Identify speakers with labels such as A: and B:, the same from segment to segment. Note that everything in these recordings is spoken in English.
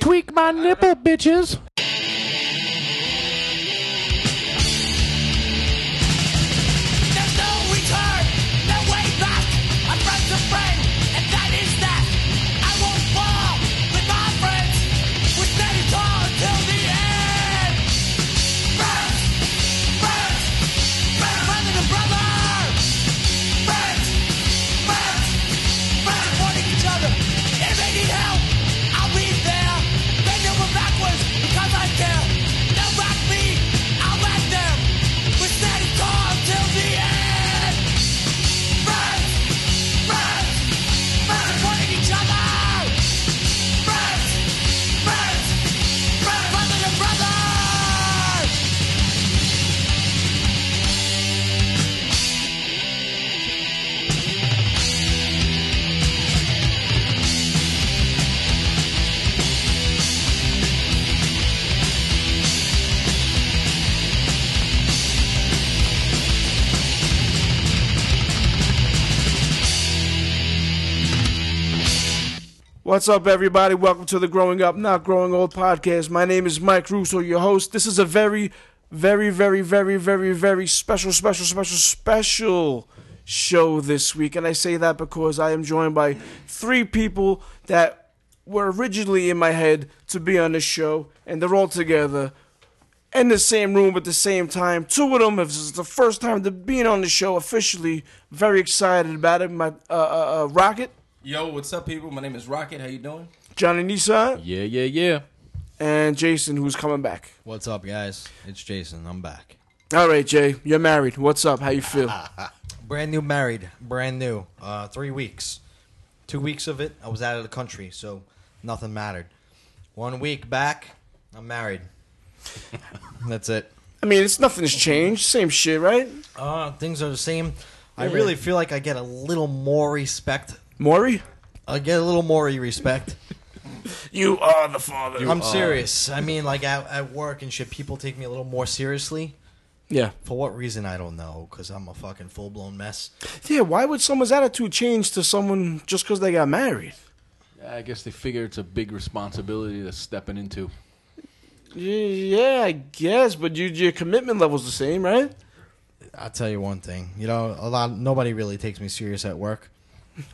A: Tweak my nipple, bitches.
B: There's no return, no way back. I'm friend to friend, and that is that. I won't fall with my friends. We're standing tall until the end. Friends, friends, friends, brother to brother. Friends, friends, friends, supporting each other. If they need help, I'll be there. Bend over backwards because I care. They'll rock me, I'll rock them. We're standing tall until the end. Friends, friends, friends, supporting each other. Friends, friends, friends, brother to brother.
C: What's up, everybody? Welcome to the Growing Up, Not Growing Old podcast. My name is Mike Russo, your host. This is a very, very, very, very, very, very special, special, special, special show this week. And I say that because I am joined by three people that were originally in my head to be on this show, and they're all together in the same room at the same time. Two of them, if this is the first time to being on the show officially, very excited about it. My uh, uh, uh, Rocket,
D: Yo, what's up, people? My name is Rocket. How you doing?
C: Johnny Nissan.
E: Yeah, yeah, yeah.
C: and Jason, who's coming back.
F: What's up, guys? It's Jason. I'm back.
C: All right, Jay, you're married. What's up? How you feel?
F: Brand new married. Brand new. Uh, three weeks. Two weeks of it, I was out of the country, so nothing mattered. One week back, I'm married. That's it.
C: I mean, it's nothing's changed. Same shit, right?
F: Uh, things are the same. I really feel like I get a little more respect.
C: Maury,
F: I get a little more respect.
C: you are the father.
F: I'm serious. I mean, like at, at work and shit, people take me a little more seriously.
C: yeah,
F: For what reason, I don't know, because I'm a fucking full blown mess.
C: yeah. Why would someone's attitude change to someone just because they got married?
E: I guess they figure it's a big responsibility that's stepping into.
C: Yeah, I guess, but you, your commitment level's the same, right?
F: I'll tell you one thing. You know, a lot nobody really takes me serious at work.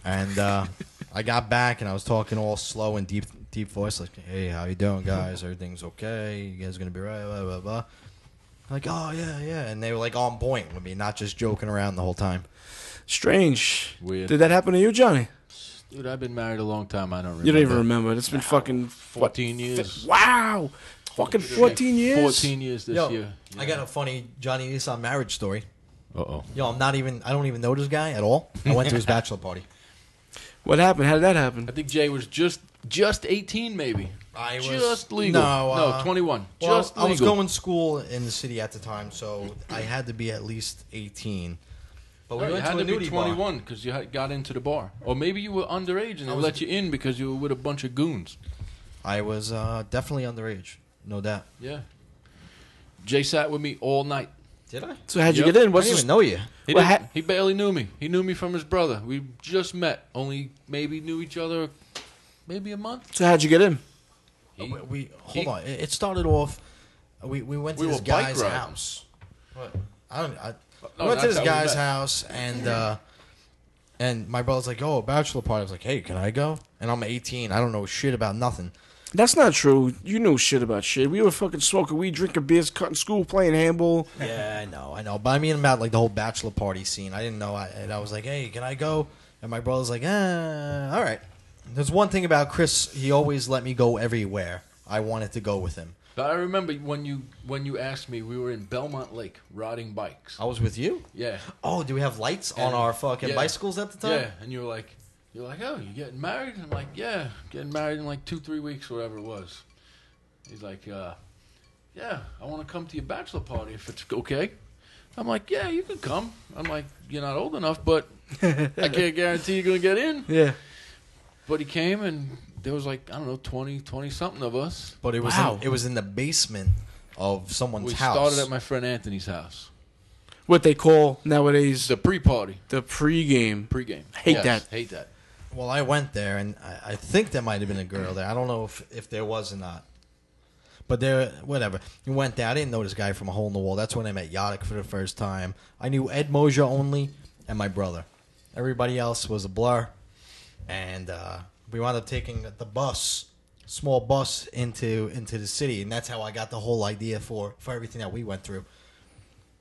F: And uh, I got back and I was talking all slow and deep deep voice, like, Hey, how you doing guys? Everything's okay, you guys gonna be right, blah blah blah. Like, oh yeah, yeah. And they were like on point with me, not just joking around the whole time.
C: Strange.
E: Weird.
C: Did that happen to you, Johnny?
E: Dude, I've been married a long time. I don't remember.
C: You don't even remember. It's been fucking what,
E: 14 years.
C: fi- wow, fucking fourteen years.
E: 14 years this
F: Yo,
E: year.
F: I got a funny Johnny Nissan marriage story.
E: Uh oh.
F: Yo, I'm not even I don't even know this guy at all. I went to his bachelor party.
C: What happened? How did that happen?
E: I think Jay was just just 18, maybe.
F: I was
E: Just legal.
F: No,
E: no,
F: uh,
E: 21.
F: Well,
E: just legal.
F: I was going to school in the city at the time, so I had to be at least 18. But we
E: No, Oh, you
F: went to
E: had to
F: a
E: be
F: nudie bar.
E: 21 because you had got into the bar, or maybe you were underage and they let you in because you were with a bunch of goons.
F: I was uh, definitely underage, no doubt.
E: Yeah. Jay sat with me all night.
F: Did I?
C: So how'd you
E: Yep.
C: get in?
F: I
C: What's
F: didn't
C: the
F: even know you.
E: He,
C: Well,
E: didn't-
C: ha-
E: he barely knew me. He knew me from his brother. We just met. Only maybe knew each other maybe a month.
C: so how'd you get in?
E: He-
F: we, we- hold
E: he-
F: on. It, it started off. We, we went to
E: We
F: this
E: were bike
F: guy's
E: riding.
F: house. What? I don't. I,
E: No,
F: we went
E: that's
F: to this
E: how we
F: guy's
E: met.
F: house and. Uh, and my brother's like, "Oh, bachelor party." I was like, "Hey, can I go?" And I'm 18. I don't know shit about nothing.
C: That's not true. You know shit about shit. We were fucking smoking weed, drinking beers, cutting school, playing handball.
F: Yeah, I know, I know. But I mean about like the whole bachelor party scene. I didn't know. I, and I was like, hey, can I go? And my brother's like, uh, all right. There's one thing about Chris. He always let me go everywhere I wanted to go with him.
E: But I remember when you when you asked me, we were in Belmont Lake riding bikes.
F: I was with you.
E: Yeah,
F: Oh, do we have lights on
E: And-
F: our fucking
E: yeah.
F: bicycles at the time?
E: yeah. And you were like, you're like, oh, you getting married? I'm like, yeah, getting married in like two, three weeks, whatever it was. He's like, uh, yeah, I want to come to your bachelor party if it's okay. I'm like, yeah, you can come. I'm like, you're not old enough, but I can't guarantee you're gonna get in.
C: Yeah.
E: But he came and there was like, I don't know, 20, 20 something of us.
F: But it was
C: Wow.
F: in, it was in the basement of someone's
E: We
F: house.
E: started at my friend Anthony's house.
C: What they call nowadays
E: The pre party,
C: the pregame.
E: pre game.
C: Hate that.
E: Hate that.
F: Well, I went there, and I, I think there might have been a girl there. I don't know if, if there was or not. But there, whatever. You went there. I didn't know this guy from a hole in the wall. That's when I met Yadek for the first time. I knew Ed Moja only and my brother. Everybody else was a blur. And uh, we wound up taking the bus, small bus, into into the city. And that's how I got the whole idea for, for everything that we went through.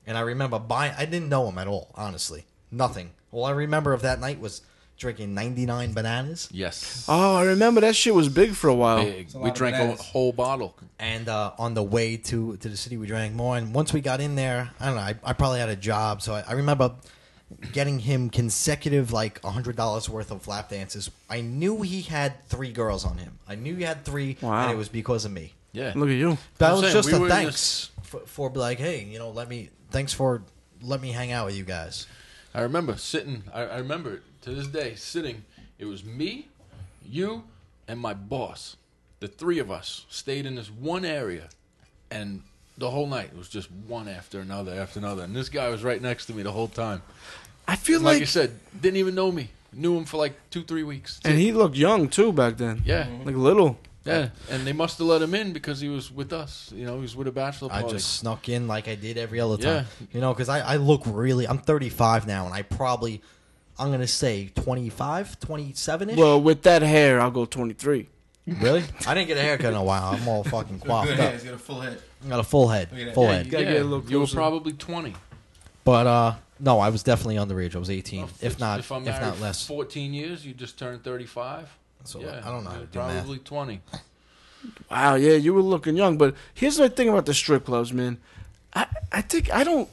F: And I remember buying, I didn't know him at all, honestly. Nothing. All I remember of that night was drinking 99 bananas.
E: Yes.
C: Oh, I remember that shit was big for a while.
E: Big.
D: a
E: We
D: lot of
E: drank a
D: bananas.
E: whole bottle.
F: And uh, on the way to, to the city, we drank more. And once we got in there, I don't know, I, I probably had a job. So I, I remember getting him consecutive, like $100 worth of lap dances. I knew he had three girls on him. I knew he had three,
C: Wow.
F: and it was because of me.
E: Yeah.
C: Look at you.
F: That
E: I'm
F: was
E: saying,
F: just
E: we were
F: a
E: in
F: thanks for, for be like, hey, you know, let me, thanks for, let me hang out with you guys.
E: I remember sitting. I, I remember to this day sitting. It was me, you, and my boss. The three of us stayed in this one area, and the whole night it was just one after another after another. And this guy was right next to me the whole time.
C: I feel
E: Like,
C: like,
E: you said, didn't even know me. Knew him for like two, three weeks.
C: and he looked young too back then.
E: yeah,
C: like little.
E: yeah. And they must have let him in because he was with us. You know, he was with a bachelor
F: I
E: party.
F: just snuck in like I did every other time.
E: Yeah.
F: You know, because I, I look really, I'm 35 now, and I probably, I'm going to say 25, 27 ish.
C: Well, with that hair, I'll go 23.
F: really? I didn't get a haircut in a while. I'm all fucking
D: Good
F: quaffed
D: head.
F: up.
D: He's got a full head.
F: I got a full head.
D: Look at that.
F: Full
E: yeah,
F: head.
E: you,
C: Gotta
E: yeah,
C: get a little
E: you were
C: closer.
E: probably twenty.
F: But, uh, no, I was definitely underage. I was 18, if not, if,
E: Oh, I'm married
F: not less.
E: fourteen years, you just turned thirty-five.
F: So, I don't know how to do math.
E: probably twenty.
C: Wow, yeah, you were looking young. But here's my thing about the strip clubs, man. I, I think I don't.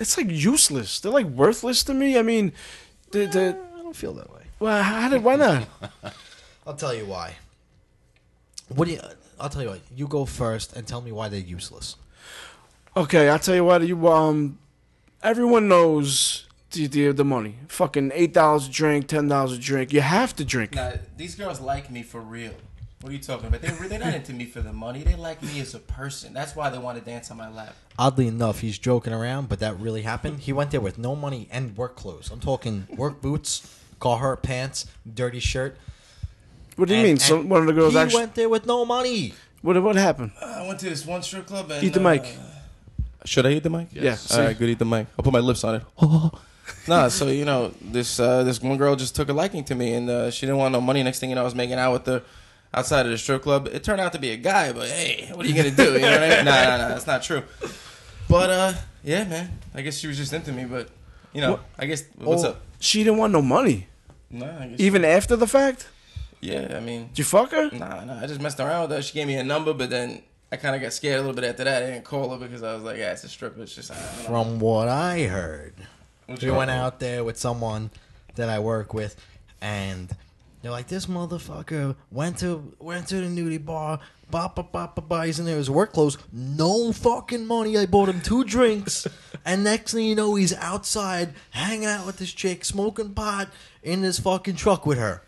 C: It's like useless. They're like worthless to me. I mean, the the.
F: I don't feel that way.
C: Well, how did why not?
F: I'll tell you why. What do you? I'll tell you what. You go first and tell me why they're useless.
C: Okay, I'll tell you what. You um, everyone knows the the, the money. Fucking eight dollars a drink, ten dollars a drink. You have to drink.
D: Now, these girls like me for real. What are you talking about? They're, they're not into me for the money. They like me as a person. That's why they want to dance on my lap.
F: Oddly enough, he's joking around, but that really happened. He went there with no money and work clothes. I'm talking work boots, Carhartt pants, dirty shirt.
C: What do you
F: And-
C: mean?
F: and
C: Some one of the girls
F: he
C: actually.
F: went Uh, there with no money.
C: What what happened?
D: Uh, I went to this one strip club and uh,
C: Eat the mic.
D: Should I eat the mic?
C: Yes.
D: All right, good. Eat the mic. I'll put my lips on it. nah, so you know this uh, this one girl just took a liking to me, and uh, she didn't want no money. Next thing you know, I was making out with her outside of the strip club. It turned out to be a guy, but hey, what are you gonna do? You know what I mean? Nah, nah, nah. That's not true. But uh, yeah, man. I guess she was just into me, but you know, I guess what's
C: Oh,
D: up?
C: She didn't want no money.
D: Nah, I guess
C: Even after the fact,
D: yeah. I mean,
C: did you fuck her?
F: Mm.
D: Nah, nah. I just messed around with her. She gave me a number, but then I kind of got scared a little bit after that. I didn't call her because I was like, yeah, it's a stripper. It's just I don't know.
F: From what I heard,
D: What's
F: we
D: going
F: went
D: on?
F: out there with someone that I work with, and they're like, "This motherfucker went to went to the nudie bar, ba ba ba ba ba. He's in there with his work clothes, no fucking money. I bought him two drinks, and next thing you know, he's outside hanging out with this chick, smoking pot in his fucking truck with her.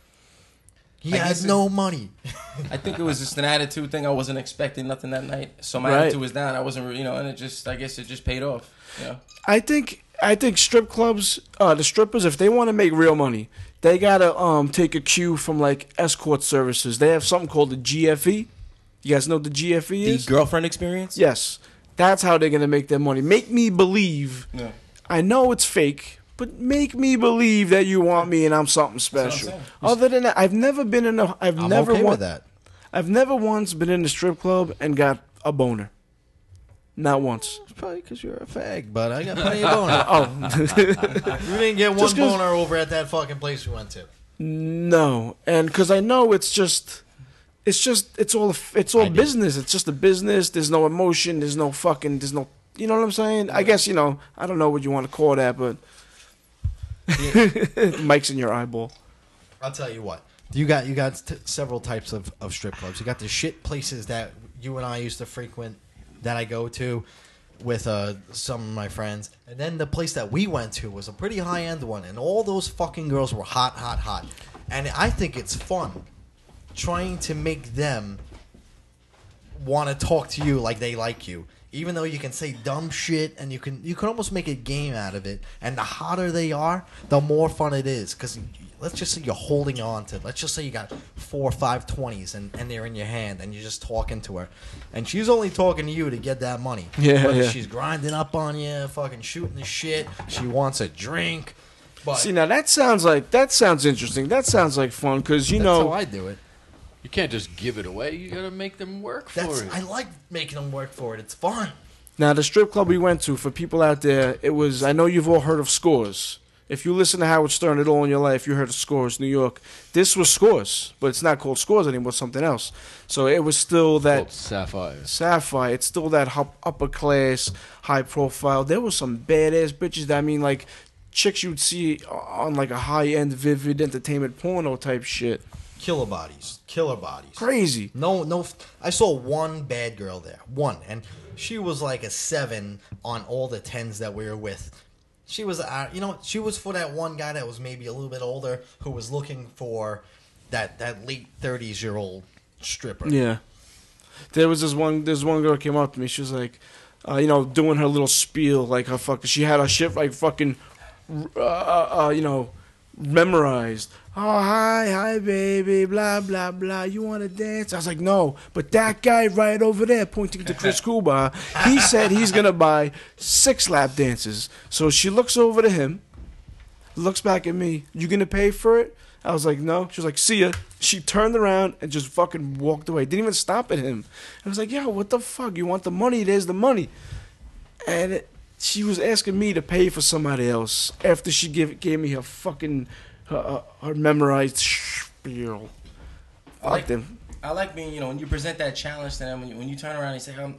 F: He
D: I
F: has
D: guess it-
F: no money.
D: I think it was just an attitude thing. I wasn't expecting nothing that night, so my
C: Right.
D: attitude was down. I wasn't, re- you know, and it just, I guess, it just paid off. You know,
C: I think I think strip clubs, uh, the strippers, if they want to make real money, they gotta um, take a cue from like escort services. They have something called the GFE. You guys know what the GFE is?
D: girlfriend experience. Yeah.
C: yes, that's how they're gonna make their money. Make me believe.
D: No.
C: I know it's fake, but make me believe that you want me and I'm something
D: what I'm
C: special.
D: saying.
C: Other than that, I've never been in a. I've
F: I'm
C: never
F: okay
C: wa-
F: with that.
C: I've never once been in a strip club and got a boner. Not once.
F: It's probably because you're a fag, but I got plenty of boner.
C: Oh.
F: you didn't get one
C: Just 'cause-
F: boner over at that fucking place we went to.
C: No, and because I know it's just, it's just, it's all, it's all
F: I do.
C: business. It's just a business. There's no emotion. There's no fucking. There's no. You know what I'm saying? I guess you know. I don't know what you want to call that, but Mike's in your eyeball.
F: I'll tell you what. You got you got t- several types of, of strip clubs. You got the shit places that you and I used to frequent, that I go to with uh, some of my friends, and then the place that we went to was a pretty high end one, and all those fucking girls were hot, hot, hot, and I think it's fun trying to make them want to talk to you like they like you, even though you can say dumb shit and you can you can almost make a game out of it. And the hotter they are, the more fun it is. Because let's just say you're holding on to. Let's just say you got four or five twenties and and they're in your hand and you're just talking to her, and she's only talking to you to get that money.
C: Yeah,
F: Whether
C: yeah.
F: she's grinding up on you, fucking shooting the shit. She wants a drink. But
C: See now that sounds like that sounds interesting. That sounds like fun because you
F: that's
C: know
F: how I do it.
E: You can't just give it away. You gotta make them work for
F: That's
E: it.
F: I like making them work for it. It's fun.
C: Now, the strip club we went to, for people out there, it was, I know you've all heard of Scores. If you listen to Howard Stern at all in your life, you heard of Scores, New York. This was Scores, but it's not called Scores anymore, it's something else. So it was still
E: Called
C: that
E: sapphires.
C: sapphire, it's still that hup- upper class, high profile. There was some badass bitches that, I mean, like, chicks you'd see on, like, a high end, vivid entertainment porno type shit.
F: Killer bodies. Killer bodies.
C: Crazy.
F: No, no. f- I saw one bad girl there. One, and she was like a seven on all the tens that we were with. She was, uh, you know, she was for that one guy that was maybe a little bit older who was looking for that that late thirties year old stripper.
C: Yeah. There was this one. This one girl came up to me. She was like, uh, you know, doing her little spiel, like her fucking. She had her shit like fucking, uh, uh, uh, you know, memorized. Oh hi, hi, baby, blah blah blah. You want to dance? I was like, no. But that guy right over there, pointing to Chris Kuba, he said he's gonna buy six lap dances. So she looks over to him looks back at me. You gonna pay for it? I was like, no. She was like, see ya. She turned around and just fucking walked away. Didn't even stop at him. I was like, yo, what the fuck? You want the money? There's the money. And it, she was asking me to pay for somebody else after she gave gave me her fucking her, uh, her her memorized spiel. Fuck
D: Like-
C: them.
D: I like being, you know, when you present that challenge to them, when you, when you turn around and say, I'm,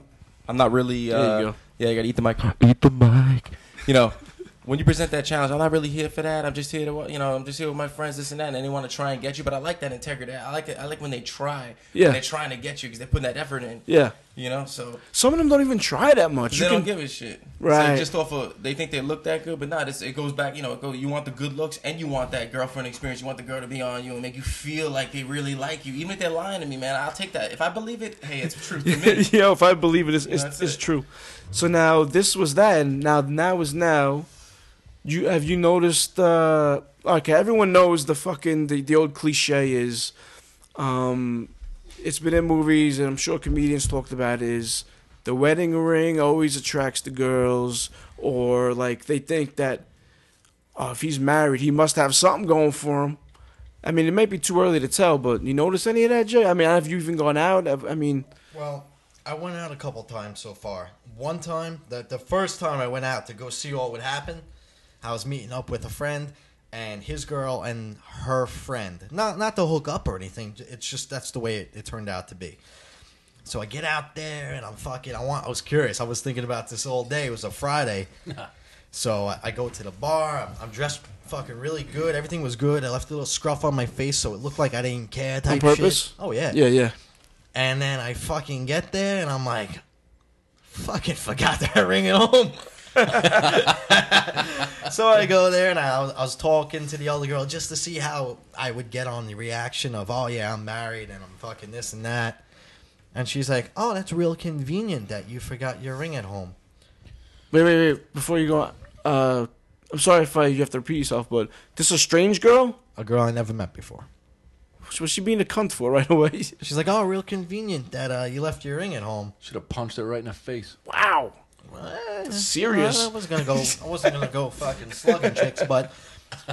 D: I'm not really. Uh,
C: There you go.
D: Yeah, you gotta eat the mic. Eat the mic. You know, when you present that challenge, I'm not really here for that. I'm just here to, you know, I'm just here with my friends, this and that, and they want to try and get you. But I like that integrity. I like it. I like when they try.
C: Yeah.
D: When they're trying to get you because they're putting that effort in.
C: Yeah.
D: You know, so
C: Some of them don't even try that much.
D: they
C: You
D: don't
C: can-
D: give a shit.
C: Right.
D: So just off of they think they look that good, but not. It's, it goes back. You know, it go, you want the good looks and you want that girlfriend experience. You want the girl to be on you and make you feel like they really like you, even if they're lying to me, man. I'll take that if I believe it. Hey, it's truth to me.
C: yeah, if I believe it, it's,
D: Yeah,
C: it's,
D: that's
C: it's
D: it.
C: true. So now this was that, and now now is now. You have you noticed? Uh, okay, everyone knows the fucking the, the old cliche is, um, it's been in movies, and I'm sure comedians talked about it, is the wedding ring always attracts the girls, or like they think that oh, if he's married, he must have something going for him. I mean, it may be too early to tell, but you notice any of that, Jay? I mean, have you even gone out? Have- I mean,
F: Well, I went out a couple times so far. One time, the, the first time I went out to go see what would happen, I was meeting up with a friend and his girl and her friend. Not not to hook up or anything. j- It's just that's the way it, it turned out to be. So I get out there and I'm fucking. I want. I was curious. I was thinking about this all day. It was a Friday, so I, I go to the bar. I'm, I'm dressed fucking really good. Everything was good. I left a little scruff on my face so it looked like I didn't care. Type
C: purpose?
F: Shit. Oh yeah.
C: Yeah, yeah.
F: And then I fucking get there and I'm like, fucking forgot that ring at home. so I go there and I was, I was talking to the other girl just to see how I would get on the reaction of, oh yeah, I'm married and I'm fucking this and that. And she's like, oh, that's real convenient that you forgot your ring at home.
C: Wait, wait, wait. Before you go on, uh, I'm sorry if I, you have to repeat yourself, but this a strange girl?
F: A girl I never met before.
C: What's she being a cunt for right away?
F: She's like, oh, real convenient that uh, you left your ring at home.
E: Should have punched her right in the face.
C: wow.
F: Well,
C: serious.
F: I was gonna go. I wasn't gonna go fucking slugging chicks, but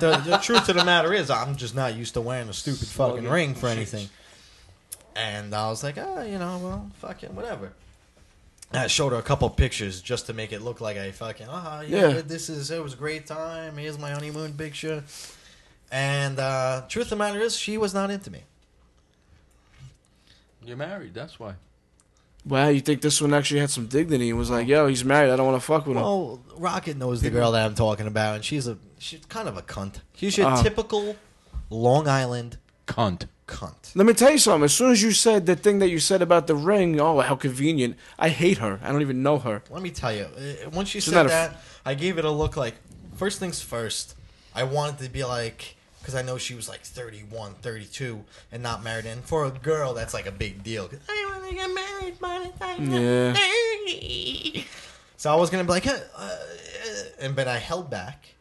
F: the, the truth of the matter is, I'm just not used to wearing a stupid fucking ring for anything. And I was like, ah, you know, well, fucking whatever. And I showed her a couple pictures just to make it look like I fucking, ah, yeah,
C: Yeah.
F: this is it was a great time. Here's my honeymoon picture. And uh, truth of the matter is, she was not into me.
E: You're married. That's why.
C: Wow, you think this one actually had some dignity and was like, yo, he's married. I don't want to fuck with him.
F: Well, Rocket knows the girl that I'm talking about, and she's a she's kind of a cunt. She's your
C: Oh.
F: typical Long Island
E: Cunt.
F: cunt.
C: Let me tell you something. As soon as you said the thing that you said about the ring, oh, how convenient. I hate her. I don't even know her.
F: Let me tell you, uh, once she
C: not
F: said
C: a-
F: that, I gave it a look like first things first. I wanted to be like because I know she was like 31, 32, and not married, and for a girl that's like a big deal. 'Cause, I want to get married by the time I'm
C: Yeah.
F: 30." So I was gonna be like, "Huh, uh, uh," and but I held back.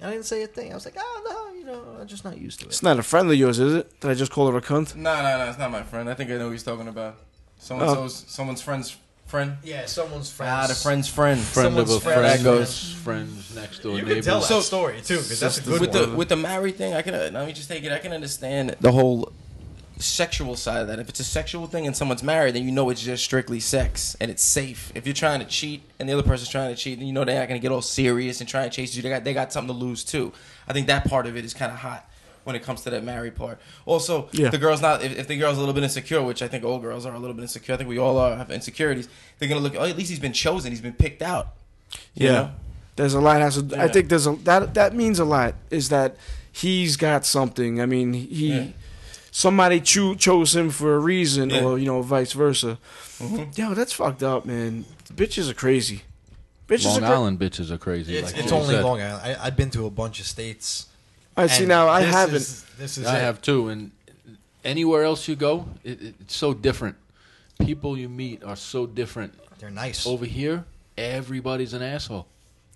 F: I didn't say a thing. I was like, oh no, you know, I'm just not used to it.
C: It's not a friend of yours, is it? Did I just call her a cunt?
D: No, no, no. It's not my friend. I think I know who he's talking about. Someone's
C: Oh.
D: someone's friend's friend.
F: Yeah, someone's friends.
D: Ah, the friend's friend.
E: friend of
F: Someone's
E: a
F: friend.
E: friend.
D: That goes-
E: friends next door
F: You can
E: neighbors.
F: tell that
D: So-
F: story too, because that's a good
D: with
F: one.
D: the with the married thing, I can uh, let me just take it. I can understand the whole sexual side of that. If it's a sexual thing and someone's married, then you know it's just strictly sex and it's safe. If you're trying to cheat and the other person's trying to cheat, then you know they're not going to get all serious and try and chase you. They got they got something to lose too. I think that part of it is kind of hot when it comes to that married part. Also,
C: Yeah.
D: the girl's not if, if the girl's a little bit insecure, which I think all girls are a little bit insecure. I think we all are have insecurities. They're going to look. Oh, at least he's been chosen. He's been picked out. you
C: Yeah.
D: know?
C: There's a lot has to, I
D: Yeah.
C: think there's a that that means a lot is that he's got something. I mean, he
D: Yeah.
C: somebody cho- chose him for a reason
D: Yeah.
C: or you know, vice versa. Yo, that's fucked up, man. Bitches are crazy. Bitches
E: Long
C: are cra-
E: Island bitches are crazy.
F: it's
E: like
F: it's
E: you
F: only
E: said.
F: Long Island. I, I've been to a bunch of states.
C: I see
F: and
C: now I
F: this
C: haven't
F: is- this is
E: I
F: it.
E: have too, and anywhere else you go, it, it, it's so different. People you meet are so different.
F: They're nice.
E: Over here, everybody's an asshole.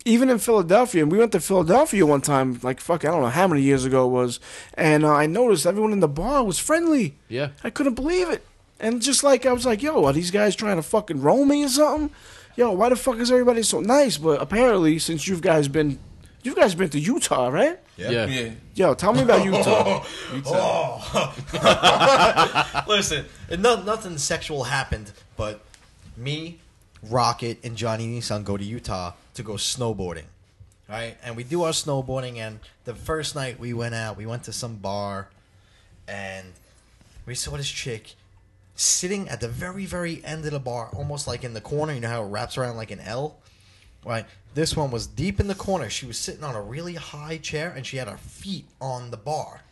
C: even in Philadelphia, and we went to Philadelphia one time, like fuck, I don't know how many years ago it was, and uh, I noticed everyone in the bar was friendly.
E: Yeah.
C: I couldn't believe it, and just like I was like, yo, are these guys trying to fucking roll me or something? Yo, why the fuck is everybody so nice? But apparently, since you guys been, you guys been to Utah, right?
F: Yeah.
E: Yeah.
D: Yeah.
C: Yo, tell me about Utah.
F: Oh. Listen, and no, nothing sexual happened, but me, Rocket, and Johnny Nissan go to Utah to go snowboarding. Right? And we do our snowboarding, and the first night we went out, we went to some bar, and we saw this chick sitting at the very, very end of the bar, almost like in the corner. You know how it wraps around like an L? Right. This one was deep in the corner. She was sitting on a really high chair, and she had her feet on the bar.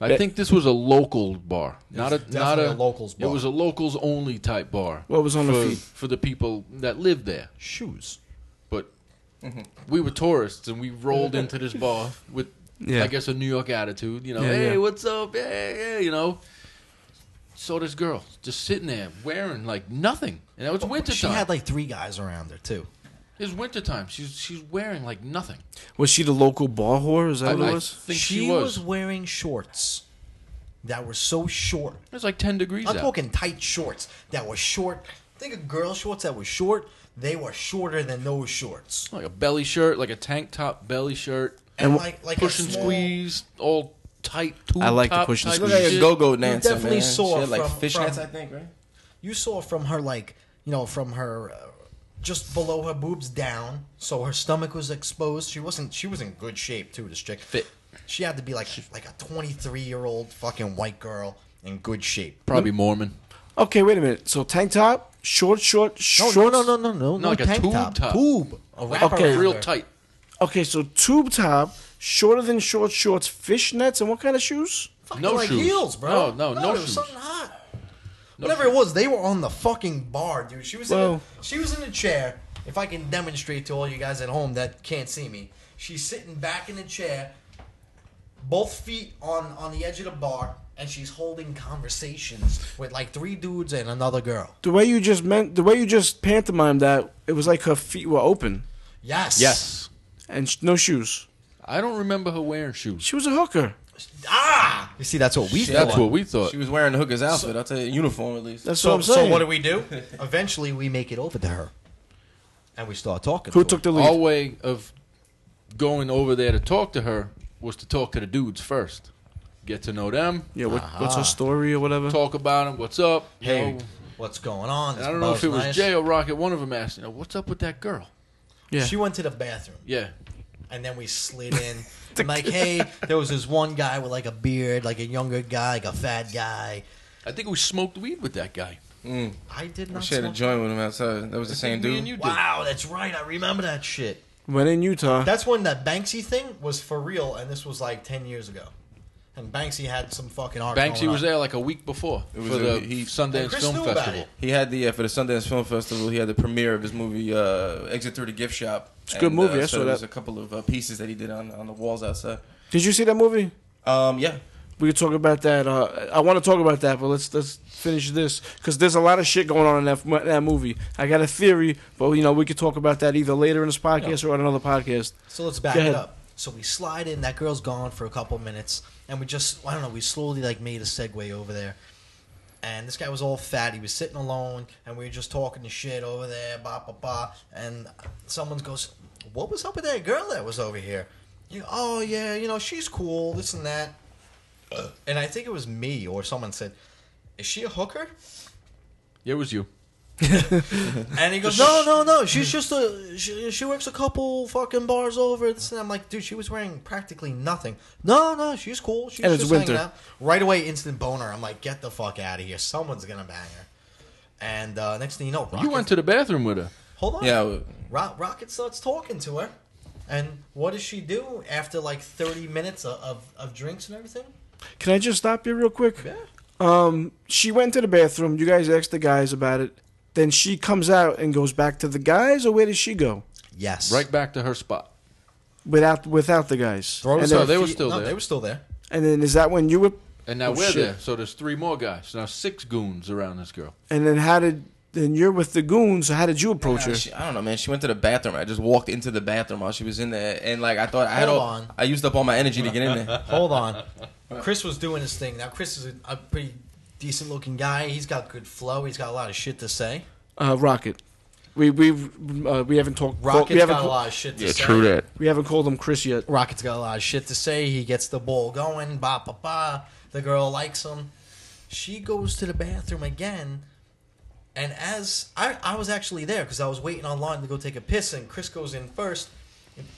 E: I think this was a local bar, not a not a,
F: definitely a locals bar.
E: It was a locals only type bar.
C: What was on the
E: for,
C: feet?
E: for the people that lived there?
F: Shoes. Mm-hmm.
E: But we were tourists, and we rolled into this bar with,
C: Yeah.
E: I guess, a New York attitude. You know,
C: Yeah,
E: hey,
C: yeah.
E: what's up? Hey, hey, you know. Saw this girl just sitting there wearing like nothing, and it was winter
F: She
E: time.
F: had like three guys around her too.
E: It's wintertime. She's she's wearing like nothing.
C: was she the local bar whore? Is that what it
E: I
C: was?
E: think she, was.
F: wearing shorts that were so short.
E: It was like ten degrees
F: I'm
E: out.
F: talking tight shorts that were short. Think of girl shorts that were short. They were shorter than those shorts.
E: Like a belly shirt, like a tank top belly shirt,
F: And, like like
E: push
F: a
E: and
F: small-
E: squeeze, all tight.
C: I like the
E: tube-top
C: push and
E: type
D: Look like a
E: shit.
D: go-go dancer,
F: definitely
D: man.
F: saw
D: she had like
F: from-
D: fishnets,
F: from-
D: I think, right?
F: You saw from her like you know from her uh, just below her boobs down, so her stomach was exposed. She wasn't. She was in good shape too. This chick fit. She had to be like like a 23 year old fucking white girl in good shape.
E: Probably Mormon.
C: Okay, wait a minute. So tank top, short, short,
F: No,
C: short.
F: no, no, no, no, no,
E: like a
F: tank
E: tube
F: top.
E: top.
F: Tube. A wrap
C: Okay.
F: around
E: Real
F: her.
E: tight.
C: Okay, so tube top, shorter than short shorts, fishnets, and what kind of shoes?
F: Fucking
E: No
F: like
E: shoes.
F: heels, bro.
E: No, no, no
F: it was
E: shoes.
F: something hot. Whatever it was, they were on the fucking bar, dude. She was in
C: Well-
F: a, she was in a chair. If I can demonstrate to all you guys at home that can't see me, she's sitting back in the chair, both feet on on the edge of the bar, and she's holding conversations with like three dudes and another girl.
C: The way you just meant, the way you just pantomimed that, it was like her feet were open
F: Yes.
E: Yes.
C: and sh- no shoes.
E: I don't remember her wearing shoes.
C: She was a hooker.
F: Ah. You see, that's what we.
E: That's
F: thought.
E: what we thought.
D: She was wearing a hooker's outfit. I'll tell you, uniform at least.
C: That's
F: So,
C: what I'm
F: so
C: saying.
F: what do we do? Eventually, we make it over to her, and we start talking.
C: Who
F: to
C: took the
F: her.
C: lead?
E: Our way of going over there to talk to her was to talk to the dudes first, get to know them,
C: yeah, what, what's her story or whatever?
E: Uh-huh. talk about them, what's up. you
F: Hey,
E: know.
F: what's going on?
E: I don't know if it was
F: nice.
E: Jay or Rocket. One of them asked, you know, what's up with that girl?
C: Yeah.
F: She went to the bathroom,
E: Yeah.
F: and then we slid in. I'm like, hey, there was this one guy with like a beard, like a younger guy, like a fat guy.
E: I think we smoked weed with that guy.
F: I did not.
D: She had a
F: Smoke.
D: joint with him outside. That was the same
E: Me and
D: dude.
E: you did.
F: Wow, that's right. I remember that shit.
C: when in Utah,
F: That's when that Banksy thing was for real, and this was like ten years ago. And Banksy had some fucking art.
E: Banksy
F: going
E: was
F: on.
E: there like a week before
D: It was
E: for
D: a-
E: the
D: he-
F: And
E: Sundance
F: Chris
E: Film
F: knew about
E: Festival.
F: it.
D: He had the uh, for the Sundance Film Festival. He had the premiere of his movie uh, "Exit Through the Gift Shop." It's
C: a good movie, I saw
D: so
C: that.
D: uh, There's a couple of uh, pieces that he did on on the walls outside.
C: did you see that movie?
D: Um, yeah,
C: we could talk about that. Uh, I want to talk about that, but let's let's finish this because there's a lot of shit going on in that that movie. I got a theory, but you know we could talk about that either later in this podcast or on another podcast.
F: So let's back
C: Go
F: it
C: ahead.
F: up. So we slide in. That girl's gone for a couple minutes, and we just I don't know. We slowly like made a segue over there, and this guy was all fat. He was sitting alone, and we were just talking to shit over there, ba ba ba. And someone goes, "What was up with that girl that was over here?" You know, oh yeah, you know she's cool, this and that. And I think it was me or someone said, "Is she a hooker?"
E: Yeah, it was you.
F: And he goes, no, no, no. She's just a. She, she works a couple fucking bars over. This and I'm like, dude, she was wearing practically nothing. No, no, she's cool. She's
C: And it's
F: just
C: winter.
F: hanging out. Right away, instant boner. I'm like, get the fuck out of here. Someone's gonna bang her. And uh, next thing you know, Rocket,
E: You went to the bathroom with her.
F: hold on.
D: Yeah.
F: Ro- Rocket starts talking to her, and what does she do after like 30 minutes of, of, of drinks and everything?
C: Can I just stop you real quick?
F: Yeah.
C: Um, she went to the bathroom. You guys asked the guys about it. Then she comes out and goes back to the guys, or where does she go?
F: Yes.
E: Right back to her spot.
C: Without without the guys. and,
F: Throws
E: her
C: then,
E: out. they were
F: She-
E: still
F: no,
E: there.
F: They were still there.
C: and then is that when you were?
E: And now
C: Oh,
E: we're
C: shit.
E: there. So there's three more guys. Now six goons around this girl.
C: And then how did? Then you're with the goons. So how did you approach her?
D: She, I don't know, man. She went to the bathroom. I just walked into the bathroom while she was in there, and like I thought I had
F: Hold
D: all,
F: on.
D: I used up all my energy to get in there.
F: Hold on. Chris was doing his thing. Now, Chris is a, a pretty decent looking guy. He's got good flow. He's got a lot of shit to say.
C: Uh, Rocket. We we've uh, we haven't talked.
F: Rocket's
C: we haven't
F: got a
C: ca-
F: lot of shit to say.
E: that.
C: we haven't called him Chris yet.
F: Rocket's got a lot of shit to say. He gets the ball going. Ba ba ba. The girl likes him. She goes to the bathroom again. And as I, I was actually there because I was waiting online to go take a piss, and Chris goes in first.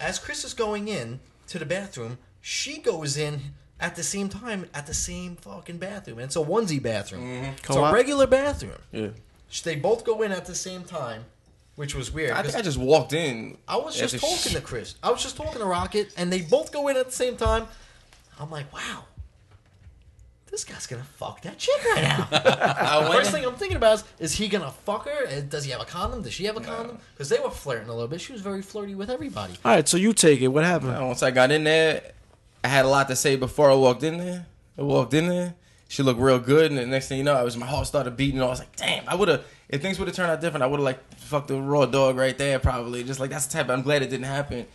F: As Chris is going in to the bathroom, she goes in at the same time at the same fucking bathroom. And it's a onesie bathroom,
D: Mm-hmm.
F: it's a
C: Co-op?
F: regular bathroom.
D: Yeah.
F: They both go in at the same time, which was weird.
D: I
F: 'cause-
D: think I just walked in.
F: I was just
D: after
F: talking
D: she-
F: to Chris. I was just talking to Rocket, and they both go in at the same time. I'm like, wow, this guy's gonna fuck that chick right now.
D: I
F: First
D: went.
F: thing I'm thinking about is, is he gonna fuck her? And Does he have a condom? Does she have a condom? Because they were flirting a little bit. She was very flirty with everybody.
C: All right, so you take it. What happened?
D: Uh, Once I got in there, I had a lot to say before I walked in there. I walked in there. She looked real good, and the next thing you know, I was my heart started beating. And I was like, "Damn, I would have. If things would have turned out different, I would have like fucked the raw dog right there, probably. Just like that's the type. I'm glad it didn't happen."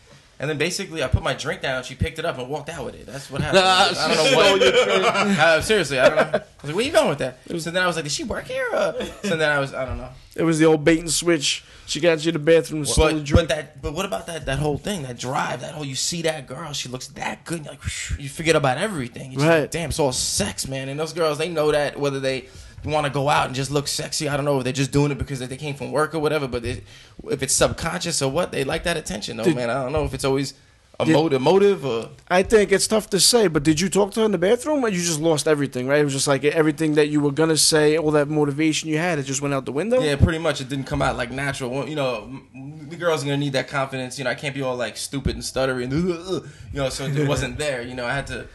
D: And then basically, I put my drink down. She picked it up and walked out with it. That's what happened. I don't know why. Uh, seriously, I don't know. I was like, "Where you going with that?" So then I was like, "Did she work here?" Or? So then I was, I don't know.
C: It was the old bait and switch. She got you to the bathroom. stole the
D: But,
C: drink.
D: but that but what about that that whole thing that drive that whole you see that girl she looks that good and you're like whew, you forget about everything You're just
C: Right.
D: like, damn it's all sex man and those girls they know that whether they want to go out and just look sexy I don't know if they're just doing it because they came from work or whatever but they, if it's subconscious or what they like that attention though
C: Did-
D: man I don't know if it's always a
C: Did-
D: motive motive or
C: I think it's tough to say, but did you talk to her in the bathroom or you just lost everything, right? It was just like everything that you were going to say, all that motivation you had, it just went out the window?
D: Yeah, pretty much. It didn't come out like natural. Well, You know, m- the girls are gonna need that confidence. You know, I can't be all like stupid and stuttery and you know. So it wasn't there. You know, I had to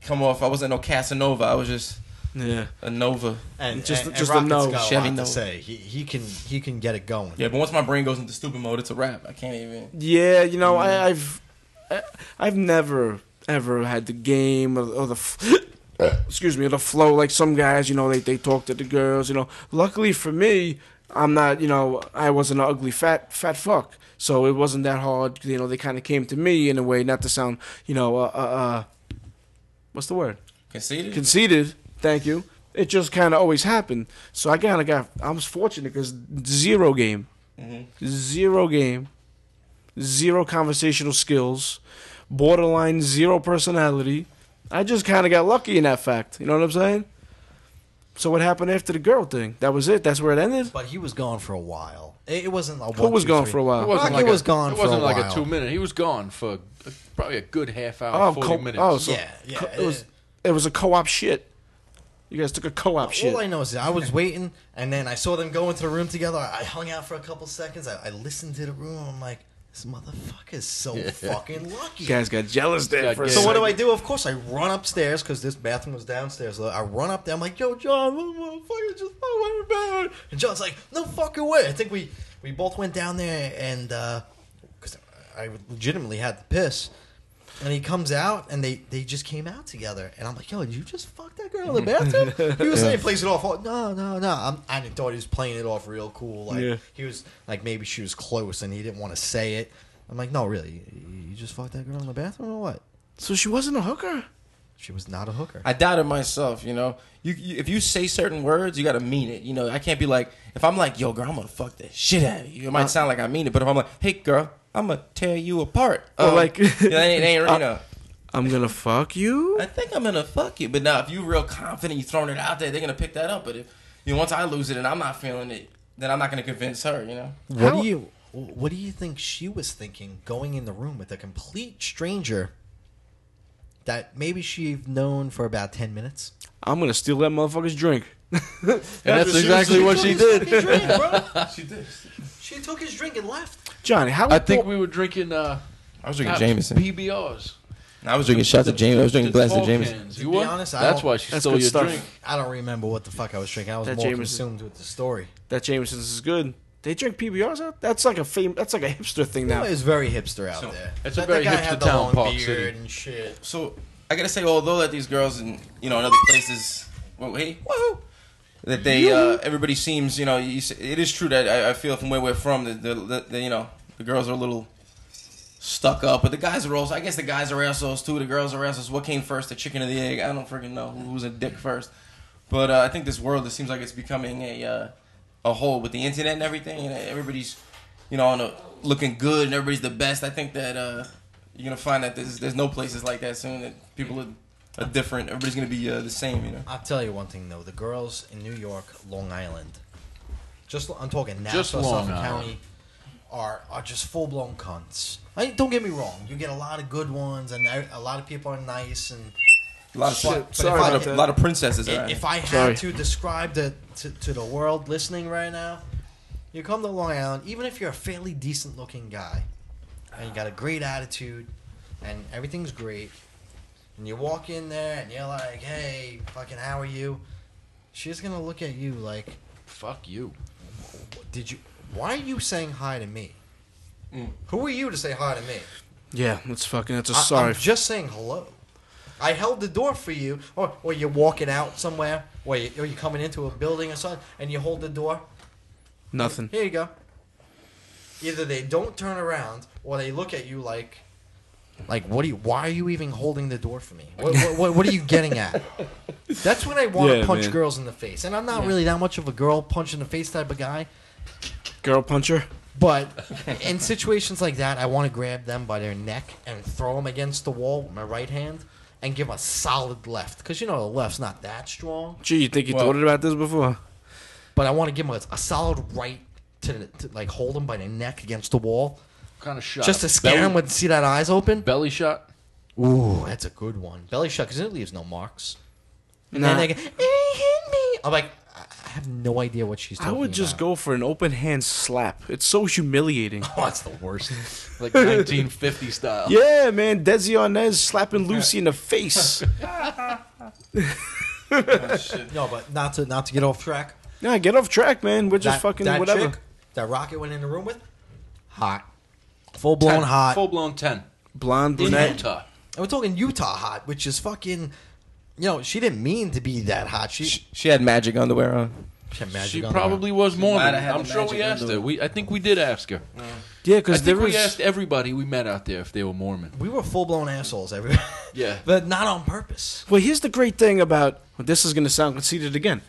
D: come off. I wasn't no Casanova. I was just
C: Yeah.
D: a Nova.
F: And
C: Just-
F: just, and,
C: just a
F: Rocket's
C: no.
F: got a
D: Chevy
F: lot
D: no.
F: to say. He, he can he can get it going.
D: Yeah, but once my brain goes into stupid mode, it's a wrap. I can't even.
C: Yeah, you know, I, I've I, I've never ever had the game or, or the f- excuse me, or the flow like some guys. You know, they they talk to the girls. You know, luckily for me, I'm not. You know, I wasn't an ugly fat fat fuck, so it wasn't that hard. You know, they kind of came to me in a way, not to sound you know, uh, uh, uh what's the word?
D: Conceited.
C: conceded. Thank you. It just kind of always happened. So I kind of got. I was fortunate because zero game,
F: Mm-hmm.
C: zero game, zero conversational skills, borderline zero personality. I just kind of got lucky in that fact. You know what I'm saying? So what happened after the girl thing? That was it. That's where it ended.
F: But he was gone for a while. It, it wasn't a
C: Who
F: one,
C: was
F: two,
C: gone
F: three.
C: for a
E: It
C: while?
E: wasn't
F: Rocket
E: like a,
F: was gone
E: It
F: for a
E: wasn't like
F: while.
E: a two minute. He was gone for a- probably a good half hour,
C: Oh,
E: forty
C: co-
E: minutes.
C: oh, so
F: Yeah, yeah.
C: It was. It was a co-op shit. You guys took a co-op shit.
F: All I know is that I was waiting, and then I saw them go into the room together. I hung out for a couple seconds. I, I listened to the room. I'm like, this motherfucker is so fucking lucky.
C: you guys got jealous there.
E: God
C: For a
E: damn.
F: So what do
C: second.
F: I do? Of course, I run upstairs because this bathroom was downstairs. So I run up there. I'm like, "Yo, John, what the motherfucker just fucking bad?" And John's like, "No fucking way!" I think we uh, we both went down there and because I legitimately had to piss. And he comes out, and they, they just came out together. And I'm like, yo, did you just fuck that girl in the bathroom? He was saying he plays it off. all- No, no, no. I'm, I thought he was playing it off real cool. Like
C: Yeah.
F: he was like maybe she was close, and he didn't want to say it. I'm like, no, really, you you just fucked that girl in the bathroom or what?
C: So she wasn't a hooker.
F: She was not a hooker.
D: I doubted myself, you know. You, you if you say certain words, you gotta mean it. You know, I can't be like if I'm like, yo, girl, I'm gonna fuck the shit out of
C: Uh,
D: you. It might sound like I mean it, but if I'm like, hey, girl, I'm gonna tear you apart.
C: Or
D: Um,
C: like-
D: it ain't, it ain't, you know.
C: I'm gonna fuck you.
D: I think I'm gonna fuck you. But now, if you real confident, you throwing it out there, they're gonna pick that up. But if you know, once I lose it and I'm not feeling it, then I'm not gonna convince her. You know,
F: What do you what do you think she was thinking going in the room with a complete stranger that maybe she've known for about 10 minutes?
C: I'm gonna steal that motherfucker's drink.
E: And that's exactly what Oh, she did.
F: He drank, bro.
D: she did.
F: She took his drink and left.
C: Johnny, how?
E: I think we were drinking. Uh,
D: I was drinking
E: Pabst
D: Jameson.
E: PBRs.
D: I was drinking shots of Jameson. I was drinking
E: The
D: glasses of
E: tall
D: Jameson.
E: cans.
F: To
E: You
F: be
E: were.
F: honest, I
E: That's
F: don't-
E: why she
C: That's
E: stole
C: good
E: your
C: stuff.
E: drink.
F: I don't remember what the fuck I was drinking. I was
C: That
F: more
C: Jameson.
F: consumed with the story.
C: that Jameson's is good. They drink PBRs out. That's like a fame. That's like a hipster thing
F: No,
C: now.
F: it was very hipster out there.
E: it's a
F: That-
E: very
F: that guy
E: hipster
F: had the
E: town,
F: long
E: Park
F: beard
E: City.
F: and shit.
D: So I gotta say, although that these girls in you know in other places, well, hey, woohoo, that they uh, everybody seems you know you, s- it is true that I, I feel from where we're from that the, the, the you know the girls are a little stuck up, but the guys are also I guess the guys are assholes too. The girls are assholes. What came first, the chicken or the egg? I don't freaking know who was a dick first. But uh, I think this world it seems like it's becoming a uh, a whole with the internet and everything, and everybody's you know on a, looking good and everybody's the best. I think that. Uh, you're gonna find that there's there's no places like that soon that people are, are different. Everybody's gonna be uh, the same, you know.
F: I'll tell you one thing though: the girls in New York, Long Island, just I'm talking Nassau,
E: Just Long
F: Suffolk
E: Island.
F: County, are are just full blown cunts. I mean, don't get me wrong; you get a lot of good ones, and I- a lot of people are nice. And
D: A lot of
F: Shit,
D: shit.
F: sorry
D: a, lot
F: about
D: of,
C: that.
D: a lot of princesses.
F: i-
D: Are
F: if I had
C: Sorry.
F: to describe the to, to the world listening right now, you come to Long Island, even if you're a fairly decent looking guy, and you got a great attitude, and everything's great, and you walk in there and you're like, "Hey, fucking, how are you?" She's gonna look at you like,
E: Fuck you.
F: "Did you? Why are you saying hi to me?
D: Mm.
F: Who are you to say hi to me?
C: yeah, that's fucking. That's a
F: I-
C: sorry.
F: I'm just saying hello. I held the door for you, or, or you're walking out somewhere, or, you, or you're coming into a building or something, and you hold the door.
C: nothing.
F: Here you go. Either they don't turn around, or they look at you like, like what? Do you, why are you even holding the door for me? What, what, what, what are you getting at? That's when I want
C: Yeah,
F: to punch
C: man.
F: girls in the face, and I'm not really that much of a girl punch in the face type of guy.
C: Girl puncher.
F: But in situations like that, I want to grab them by their neck and throw them against the wall with my right hand and give a solid left. Because, you know, the left's not that strong.
C: Gee, you think you
D: Well-
C: thought about this before?
F: But I want to give them a, a solid right to, the- to, like, hold them by their neck against the wall
E: Kind of shot.
C: Uh,
F: just to scare
E: belly,
F: them with see that eyes open.
E: belly shot.
F: Ooh, that's a good one. Belly shot, because it leaves no marks. And
C: Nah.
F: then they go, "Hey, hit me. I'm like, I I have no idea what she's
C: I
F: talking
C: would just
F: about.
C: go for an open hand slap. It's so humiliating.
F: Oh, that's the worst.
E: like 1950 style.
C: yeah, man, Desi Arnaz slapping Lucy in the face.
F: no, but not to not to get off track.
C: nah, get off track, man. We're just fucking whatever.
F: chick that Rocket went in the room with, hot, full blown hot.
E: Full blown 10.
C: Blonde
E: In
C: brunette.
E: Utah.
F: and we're talking Utah hot, which is fucking. You know, she didn't mean to be that hot. She, she,
D: she, she had magic underwear on.
F: had magic
E: She
F: on her.
E: probably was
D: might
E: Mormon.
D: have had
E: I'm
D: the
E: sure we
D: magic
E: asked her.
D: underwear.
E: We I think we did ask her.
C: Yeah,
E: I
C: because
E: think
C: there
E: we
C: was.
E: asked everybody we met out there if they were Mormon.
F: We were full blown assholes everywhere.
E: Yeah.
F: but not on purpose.
C: Well, here's the great thing about well, this is going to sound conceited again.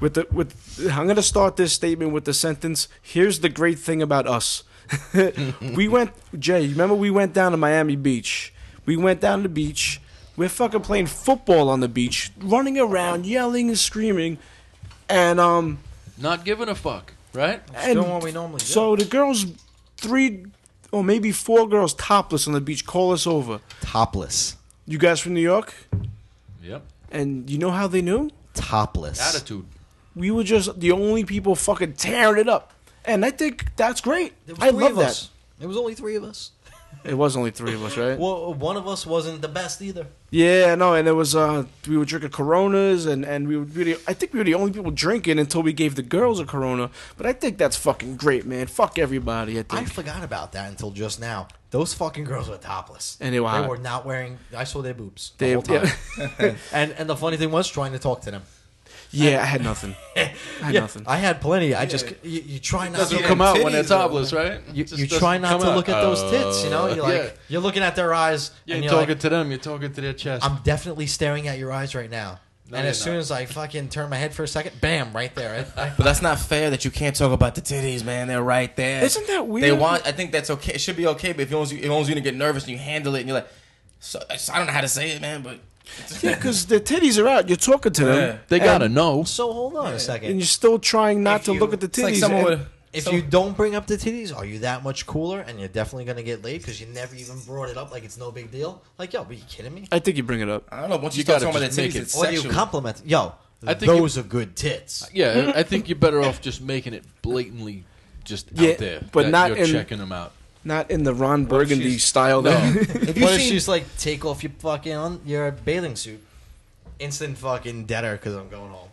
C: With the with, I'm going to start this statement with the sentence. Here's the great thing about us. we went, Jay. Remember we went down to Miami Beach. We went down to the beach. We're fucking playing football on the beach, running around, yelling and screaming, and um.
E: Not giving a fuck, right?
C: And
F: doing what we normally do.
C: So the girls, three or maybe four girls topless on the beach, call us over.
F: Topless,
C: You guys from New York?
E: Yep.
C: And you know how they knew?
F: topless.
E: Attitude.
C: We were just the only people fucking tearing it up. And I think that's great.
F: There was
C: I
F: three
C: love
F: of
C: that.
F: us. It was only three of us.
C: It was only three of us, right?
F: Well, one of us wasn't the best either.
C: yeah, no, and it was uh we were drinking coronas and, and we were really I think we were the only people drinking until we gave the girls a corona. But I think that's fucking great, man. Fuck everybody, I
F: I
C: think.
F: forgot about that until just now. Those fucking girls were topless,
C: And they were hot.
F: They were not wearing. I saw their boobs.
C: They-
F: the whole time.
C: yeah.
F: and and the funny thing was trying to talk to them.
C: yeah, I had nothing. I had
F: Yeah,
C: nothing.
F: I had plenty. I just you, you try not to
D: doesn't
F: look-
E: come out when
D: Titties,
E: they're topless, right?
F: you,
E: Just
F: you
E: doesn't
F: try not
E: come
F: to
E: out. Uh,
F: look at those tits. You know, you're like
E: yeah.
F: you're looking at their eyes.
E: You
F: and
E: ain't
F: you're
E: talking
F: like,
E: to them. You're talking to their chest.
F: I'm definitely staring at your eyes right now.
E: No,
F: and
E: you're
F: as soon
E: not.
F: as I fucking turn my head for a second, bam, right there. I, I,
D: But that's not fair that you can't talk about the titties, man. They're right there.
C: Isn't that
D: They
C: weird?
D: want. I think that's okay. It should be okay. But if you only, if only you to get nervous and you handle it and you're like, so, so I don't know how to say it, man. But
C: Yeah, because the titties are out. You're talking to them,
E: they gotta know.
F: so hold on a
C: and
F: second.
C: you're still trying not
F: If
C: to
F: you-
C: look at the
D: it's like
C: titties.
D: someone
C: and-
D: would.
F: If
D: so-
F: you don't bring up the titties, are you that much cooler? And you're definitely gonna get laid because you never even brought it up like it's no big deal. Like, yo, are you kidding me?
C: I think you bring it up.
D: I don't know. Once you,
E: You
D: start
E: gotta
D: talking about
E: just
D: the
E: make
D: titties,
E: it-
D: it's
F: Or do you
D: sexual.
F: compliment? Yo,
E: I think
F: those are good tits.
E: Yeah, I think you're better off just making it blatantly just
C: Yeah,
E: out there.
C: but
E: that
C: not
E: you're
C: in-
E: checking them out.
C: Not in the Ron Burgundy
E: she's-
C: style. though.
F: If you what if she's like, take off your fucking un- your bathing suit, instant fucking deader because I'm going home.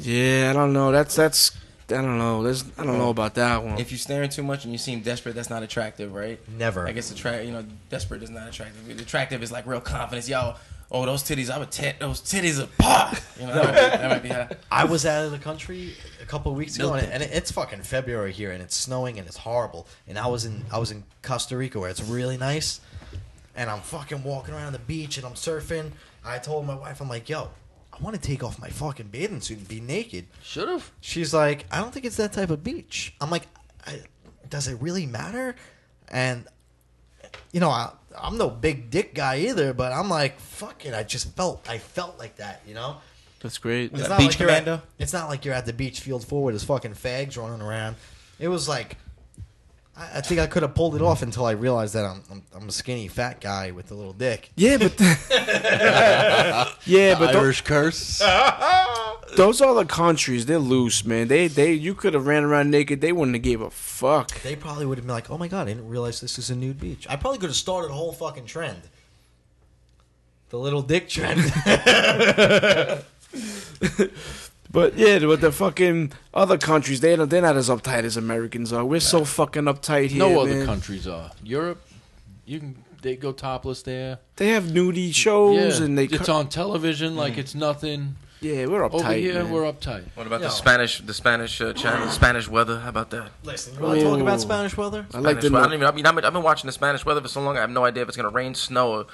C: yeah, I don't know. That's that's. I don't know. There's, I don't know about that one.
D: If you're staring too much and you seem desperate, that's not attractive, right?
F: Never.
D: I guess attract. You know, desperate is not attractive. Attractive is like real confidence. Yo, oh those titties, I would tat those titties apart. You know, that, might be, that might be how.
F: I was out of the country a couple of weeks ago,
D: Milk
F: and, and it's fucking February here, and it's snowing and it's horrible. And I was in I was in Costa Rica where it's really nice, and I'm fucking walking around the beach and I'm surfing. I told my wife, I'm like, yo, I want to take off my fucking bathing suit and be naked.
E: Should have.
F: She's like, I don't think it's that type of beach. I'm like, I, does it really matter? And you know, I, I'm no big dick guy either, but I'm like, fuck it. I just felt, I felt like that, you know.
C: That's great.
F: It's
D: that
F: not
D: Beach
F: like you're at-
D: Commando?
F: it's not like you're at the beach field forward as fucking fags running around. It was like, I, I think I could have pulled it off until I realized that I'm, I'm, I'm a skinny fat guy with a little dick.
C: Yeah, but yeah, but tho-
E: Irish curse.
C: those are the countries. They're loose, man. They they you could have ran around naked. They wouldn't have gave a fuck.
F: They probably would have been like, oh my god, I didn't realize this is a nude beach. I probably could have started a whole fucking trend. The little dick trend.
C: But yeah, but the fucking other countries, they don't, they're not as uptight as Americans are. We're so fucking uptight here.
E: no other
C: man.
E: countries are. Europe, you can they go topless there.
C: They have nudie shows
E: yeah,
C: and they.
E: it's
C: cu-
E: on television like it's nothing.
C: yeah, we're uptight.
E: Over here,
C: man.
E: we're uptight.
D: What about
F: the Yo.
D: Spanish? The Spanish uh, channel, Spanish weather. How about that?
F: Listen, you want to talk about Spanish weather?
C: I like to
D: Spanish- I don't
C: know.
D: even. I mean, I've been, I've been watching the Spanish weather for so long. I have no idea if it's gonna rain, snow, or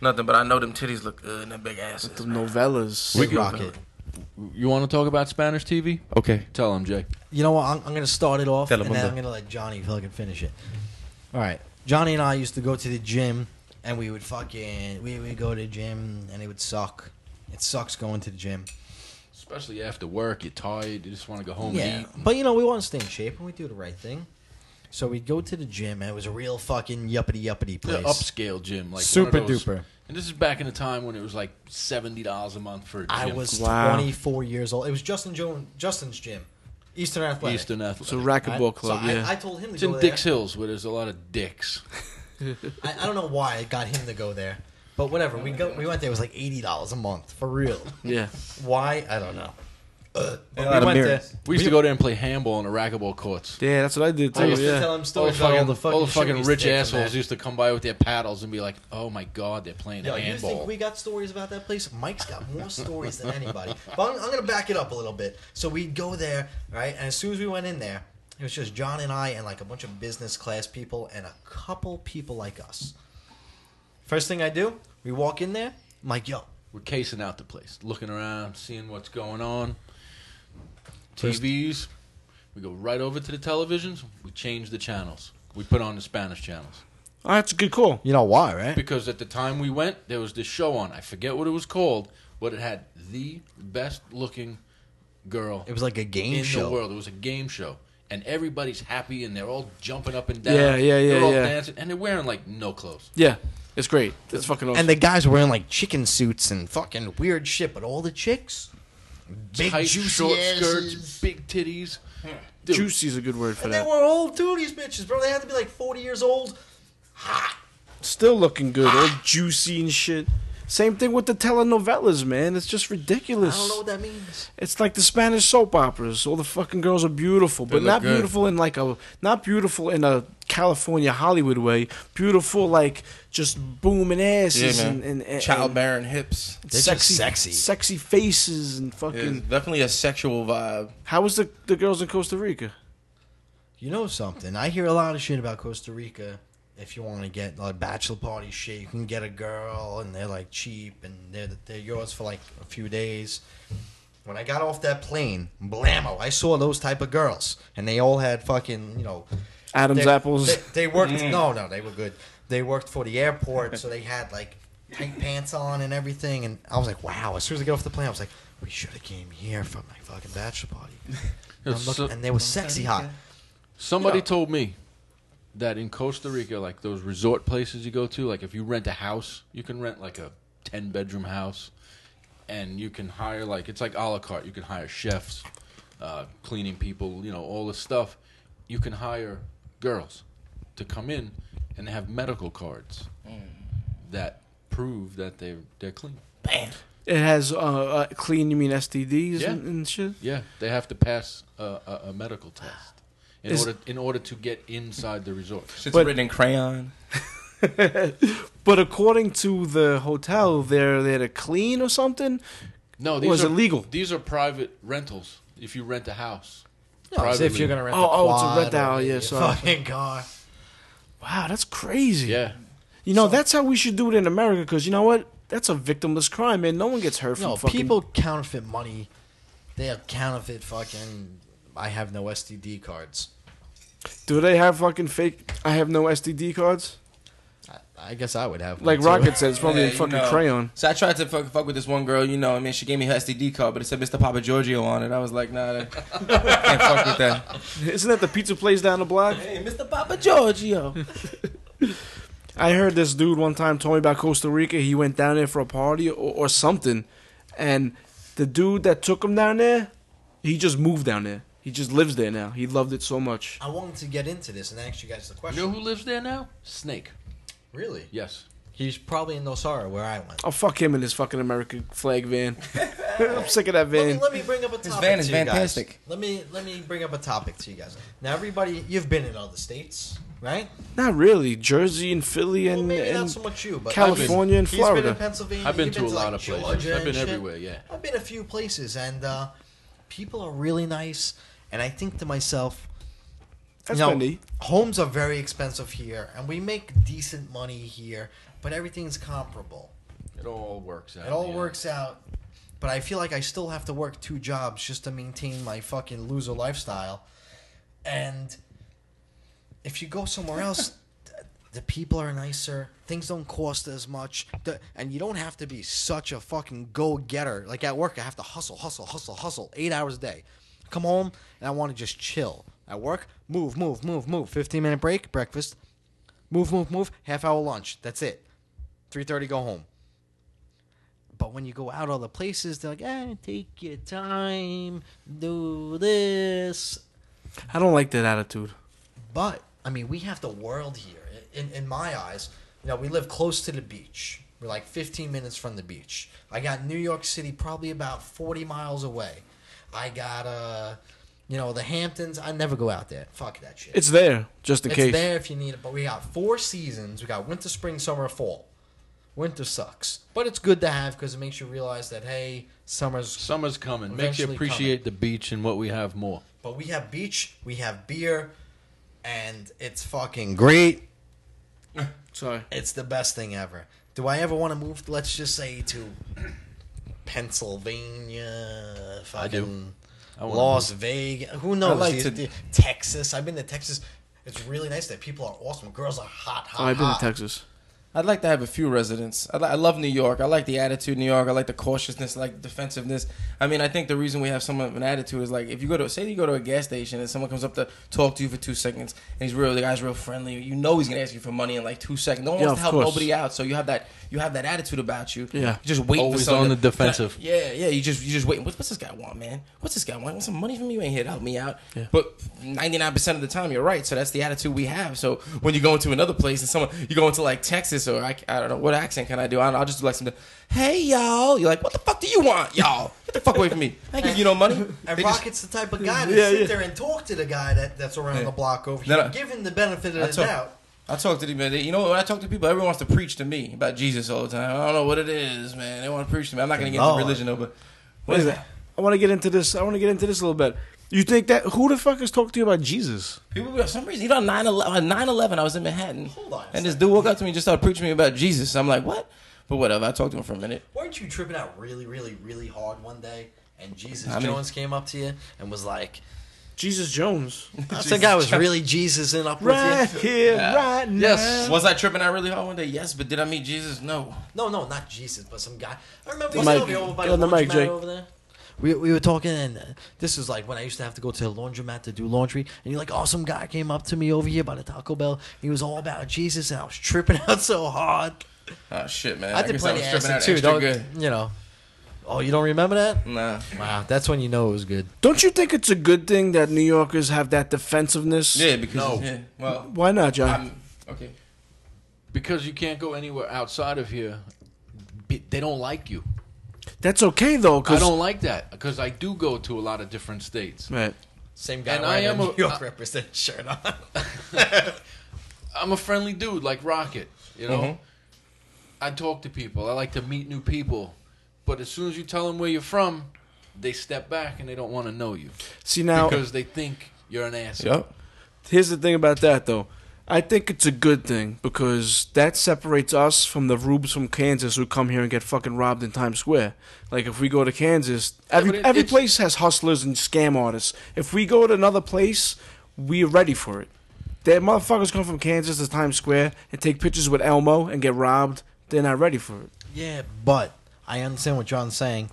D: nothing. But I know them titties look good and them big asses.
C: The novellas.
F: We rocket.
E: You want to talk about Spanish TV? Okay, tell them, Jake.
F: You know what? I'm, I'm going to start it off, and then
D: Telemundo.
F: I'm going to let Johnny fucking finish it. All right. Johnny and I used to go to the gym, and we would fucking we would go to the gym, and it would suck. It sucks going to the gym.
E: Especially after work, you're tired. You just want to go home.
F: Yeah,
E: and eat.
F: but you know we want to stay in shape, and we do the right thing. So we'd go to the gym, and it was a real fucking yuppity yuppity
E: The
F: place.
E: upscale gym, like
G: Super
E: one of those-
G: duper.
E: And this is back in the time when it was like seventy dollars a month for a gym.
F: I was
C: Wow.
F: 24 years old. It was Justin jo- Justin's gym, Eastern Athletic.
E: Eastern Athletic.
C: It's a racquetball
F: So
C: club.
F: I,
C: yeah.
F: I told him to
E: it's
F: go
E: in
F: there.
E: Dix Hills where there's a lot of dicks.
F: I, I don't know why I got him to go there, but whatever. We go. We went there. It was like eighty dollars a month for real.
C: yeah.
F: Why I don't know. Uh, but
D: lot of
F: went
D: mirrors.
F: there.
E: We used to go there and play handball in the racquetball courts.
C: Yeah, that's what I did too.
F: I used
C: yeah.
F: to tell him
E: All the
F: stories about
E: fucking,
F: all the fucking,
E: all the fucking
F: shit we
E: rich
F: used to take from
E: assholes
F: that.
E: used to come by with their paddles and be like, "Oh my god, they're playing
F: Yo, you
E: handball."
F: think we got stories about that place? Mike's got more stories than anybody. But I'm, I'm gonna back it up a little bit. So we'd go there, right? And as soon as we went in there, it was just John and I and like a bunch of business class people and a couple people like us. First thing I do, we walk in there. I'm like, yo,
E: We're casing out the place, looking around, seeing what's going on. TVs. We go right over to the televisions. We change the channels. We put on the Spanish channels
C: Oh, that's a good call.
G: You know why, right?
E: because at the time we went, there was this show on. I forget what it was called, but it had the best looking girl
F: it was like a game
E: in
F: show.
E: the world. It was a game show, and everybody's happy, and they're all jumping up and down.
C: Yeah, yeah, yeah,
E: They're all
C: yeah.
E: dancing, and they're wearing like no clothes.
C: Yeah, it's great. It's fucking awesome.
F: And the guys were wearing like chicken suits and fucking weird shit, but all the chicks, big
E: Tight
F: juicy
E: short
F: asses.
E: skirts, big titties. Dude,
C: Juicy is a good word for
F: And they
C: that.
F: were old too. These bitches, bro. They had to be like forty years old.
C: Still looking good. All
F: Ah.
C: juicy and shit. Same thing with the telenovelas, man. It's just
F: I
C: ridiculous.
F: don't know what that means.
C: It's like the Spanish soap operas. All the fucking girls are beautiful, but
D: look
C: not
D: good.
C: beautiful in like a not beautiful in a California Hollywood way. Beautiful, like just booming asses
D: Yeah,
C: and,
D: man.
C: and, and
D: Childbearing hips.
C: and
F: They're just
C: sexy,
F: sexy.
C: sexy faces and fucking.
D: It's definitely a sexual vibe.
C: How was the the girls in Costa Rica?
F: You know something? I hear a lot of shit about Costa Rica. If you want to get like bachelor party shit, you can get a girl, and they're like cheap, and they're they're yours for like a few days. When I got off that plane, blammo, I saw those type of girls, and they all had fucking you know
C: Adam's
F: they,
C: apples.
F: They, they worked. No, no, they were good. They worked for the airport, so they had like tight pants on and everything. And I was like, wow. As soon as I got off the plane, I was like, we should have came here for my fucking bachelor party. And, I'm looking,
E: so-
F: and they were sexy hot.
E: Somebody told me that in Costa Rica, like those resort places you go to, like if you rent a house, you can rent like a ten bedroom house, and you can hire like it's like a la carte. You can hire chefs, uh, cleaning people, you know, all this stuff. You can hire girls to come in and they have medical cards that prove that they they're clean.
C: It has uh, uh, clean. You mean STDs
E: Yeah.
C: and, and shit?
E: Yeah, they have to pass a, a, a medical test in
C: Is-
E: order in order to get inside the resort.
D: Shit's
C: But-
D: written in crayon.
C: But according to the hotel, they're there to clean or something.
E: No,
C: Or
E: these
C: is
E: are
C: it legal?
E: These are private rentals. If you rent a house,
F: No, it's if
E: Privately.
F: you're gonna rent
C: Oh,
F: the
C: oh, it's a
F: quad
C: rent
F: or
C: out,
F: the
C: yeah, sorry.
F: fucking car.
C: Wow, that's crazy.
E: yeah,
C: You know, that's how we should do it in America because you know what? That's a victimless crime, man. No one gets hurt from
F: No,
C: fucking.
F: people counterfeit money. They have counterfeit fucking. I have no STD cards.
C: Do they have fucking fake? I have no STD cards.
F: I, I guess I would have one,
C: Like
F: too.
C: Rocket said, it's probably
D: Yeah,
C: in
D: you
C: fucking
D: know.
C: crayon.
D: So I tried to fuck, fuck with this one girl, you know. I mean, she gave me her STD card, but it said Mr. Papa Giorgio on it. I was like, nah, that, can't fuck with that.
C: Isn't that the pizza place down the block?
D: Hey, Mr. Papa Giorgio.
C: I heard this dude one time told me about Costa Rica. He went down there for a party or, or something, and the dude that took him down there, he just moved down there. He just lives there now. He loved it so much.
F: I wanted to get into this and ask you guys the
E: you
F: question.
E: know who lives there now? Snake.
F: Really?
E: Yes.
F: He's probably in Nosara, where I went.
C: Oh fuck him and his fucking American flag van. I'm sick of that
F: Let me,
C: van.
F: let me bring up a topic
D: van is
F: to you guys.
D: fantastic.
F: Let me let me bring up a topic to you guys. Now, everybody, you've been in other states, right?
C: Not really. Jersey and Philly and,
F: well, maybe not
C: and
F: so much you, but
C: California and
F: He's
C: Florida.
F: been in Pennsylvania.
E: I've been
F: you've
E: to a lot of
F: like,
E: places.
F: Georgia
E: I've been
F: and shit.
E: everywhere, yeah.
F: I've been a few places, and uh, people are really nice. And I think to myself,
C: that's e-
F: you know,
C: my knee.
F: homes are very expensive here, and we make decent money here, but everything's comparable.
E: It all works out.
F: It all
E: yeah.
F: works out, but I feel like I still have to work two jobs just to maintain my fucking loser lifestyle. And if you go somewhere else, th- the people are nicer. Things don't cost as much, the, and you don't have to be such a fucking go-getter. Like at work, I have to hustle, hustle, hustle, hustle, eight hours a day. Come home and I want to just chill. At work, move, move, move, move. Fifteen-minute break, breakfast. Move, move, move. Half hour lunch. That's it. Three thirty, go home. But when you go out other places, they're like, eh, take your time, do this.
C: I don't like that attitude.
F: But I mean, we have the world here. In in my eyes, you know, we live close to the beach. We're like 15 minutes from the beach. I got New York City probably about 40 miles away. I got uh, you know, the Hamptons. I never go out there. Fuck that shit.
C: It's there, just in
F: It's
C: case.
F: there if you need it. But we got four seasons. We got winter, spring, summer, fall. Winter sucks, but it's good to have because it makes you realize that hey, summer's
E: Summer's coming. Makes you
F: Eventually
E: appreciate the beach and what we have more.
F: But we have beach, we have beer, and it's fucking great.
C: Sorry.
F: It's the best thing ever. Do I ever want to move? Let's just say to Pennsylvania, fucking
E: I wanna
F: Las Vegas. Who knows?
D: like
F: The-
D: to-
F: the- Texas. I've been to Texas. It's really nice there. People are awesome. Girls are hot, hot.
C: Oh, I've been
F: hot.
C: to Texas.
D: I'd like to have a few residents. I, li- I love New York. I like the attitude in New York. I like the cautiousness, I like defensiveness. I mean, I think the reason we have some of an attitude is like if you go to say you go to a gas station and someone comes up to talk to you for two seconds and he's real, the guy's real friendly. You know he's gonna ask you for money in like two seconds. No one
C: Yeah,
D: wants
C: of
D: to help
C: course.
D: nobody out, so you have that you have that attitude about you.
C: Yeah.
D: you just waiting
E: Always
D: for something
E: on the
D: to-
E: defensive.
D: yeah, yeah. You just you just waiting. What's, what's this guy want, man? What's this guy want? Want some money from you? Ain't here to help me out. But ninety nine percent of the time, you're right. So that's the attitude we have. So when you go into another place and someone you go into like Texas or I, I don't know what accent can I do? I don't know, I'll just do like something. Hey y'all, you're like, what the fuck do you want, y'all? Get the fuck away from me. I give you no money.
F: And
D: They just-
F: Rocket's the type of guy to
C: Yeah,
F: sit
C: yeah.
F: there and talk to the guy that, that's around the block over
D: No,
F: here,
D: no.
F: give him the benefit of
D: I
F: the
D: talk-
F: doubt.
D: I talk to them. man. They- You know, when I talk to people, everyone wants to preach to me about Jesus all the time. I don't know what it is, man. They want to preach to me. I'm not going to get into
F: Lord.
D: religion, though. But
C: What is that? I want to get into this. I want to get into this a little bit. You think that who the fuck is talking to you about Jesus?
D: people, for some reason, you know, 9/11. 9/11, I was in Manhattan,
F: Hold on a
D: and this dude walked up to me and just started preaching to me about Jesus. I'm like, what? But whatever. I talked to him for a minute.
F: Weren't you tripping out really, really, really hard one day? And Jesus
D: I mean-
F: Jones came up to you and was like,
C: Jesus Jones,
F: "That's the guy was really Jesus in up with
C: right
F: you."
C: here, right now.
E: Yes.
D: Was I tripping out really hard one day? Yes, but did I meet Jesus? No.
F: No, no, not Jesus, but some guy. I remember we
C: Oh, Mike,
F: were over by
C: get
F: the,
C: on the mic,
F: laundromat
C: Jake.
F: over there. We, we were talking, and uh, this was like when I used to have to go to the laundromat to do laundry. And you're like, oh, some guy came up to me over here by the Taco Bell. He was all about Jesus, and I was tripping out so hard.
D: Oh shit, man.
F: I did
D: guess
F: plenty
D: was
F: of
D: tripping
F: acid
D: out
F: too.
D: extra
F: Don't
D: good.
F: you know? Oh, you don't remember that?
D: Nah.
F: Wow, that's when you know it was good.
C: Don't you think it's a good thing that New Yorkers have that defensiveness?
D: Yeah, because
E: No.
D: yeah. Well,
C: Why not, John?
D: I'm okay.
E: because you can't go anywhere outside of here. be- They don't like you.
C: That's okay though,
E: I
C: because
E: don't like that because I do go to a lot of different states.
C: Right.
F: Same guy.
E: And
F: wearing
E: I am
F: a
E: a-
F: New York
E: I-
F: represent shirt on.
E: I'm a friendly dude, like Rocket. You know,
C: Mm-hmm.
E: I talk to people. I like to meet new people, but as soon as you tell them where you're from, they step back and they don't want to know you
C: See now,
E: because they think you're an asshole.
D: Yep.
C: here's the thing about that though. I think it's a good thing because that separates us from the rubes from Kansas who come here and get fucking robbed in Times Square. Like if we go to Kansas, every
E: but it-
C: every
E: it's-
C: place has hustlers and scam artists. If we go to another place, we're ready for it. That motherfuckers come from Kansas to Times Square and take pictures with Elmo and get robbed. They're not ready for it.
F: yeah, but I understand what John's saying,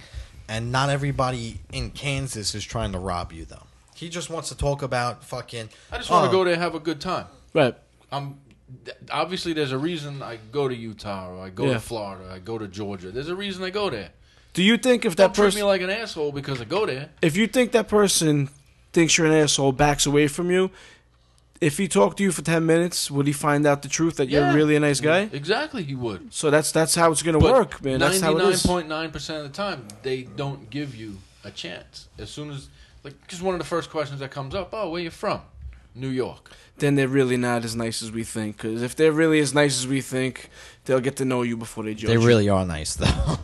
F: and not everybody in Kansas is trying to rob you though. He just wants to talk about fucking.
E: I just want
C: Uh.
E: to
F: oh,
E: go there and have a good time.
C: Right.
E: I'm th- obviously there's a reason I go to Utah or I go
C: Yeah.
E: to Florida, I go to Georgia. There's a reason I go there.
C: Do you think if
E: Don't
C: that
E: treat
C: person
E: me like an asshole because I go there.
C: if you think that person thinks you're an asshole, backs away from you, if he talked to you for ten minutes, would he find out the truth that
E: Yeah.
C: you're really a nice guy?
E: Exactly, you would.
C: So that's that's how it's gonna
E: But
C: work, man. That's how it is.
E: 99.9% of the time, they don't give you a chance. As soon as, like, just one of the first questions that comes up, oh, where you from? New York.
C: then they're really not as nice as we think. Because if they're really as nice as we think, they'll get to know you before they judge.
F: They
C: you.
F: really are nice though.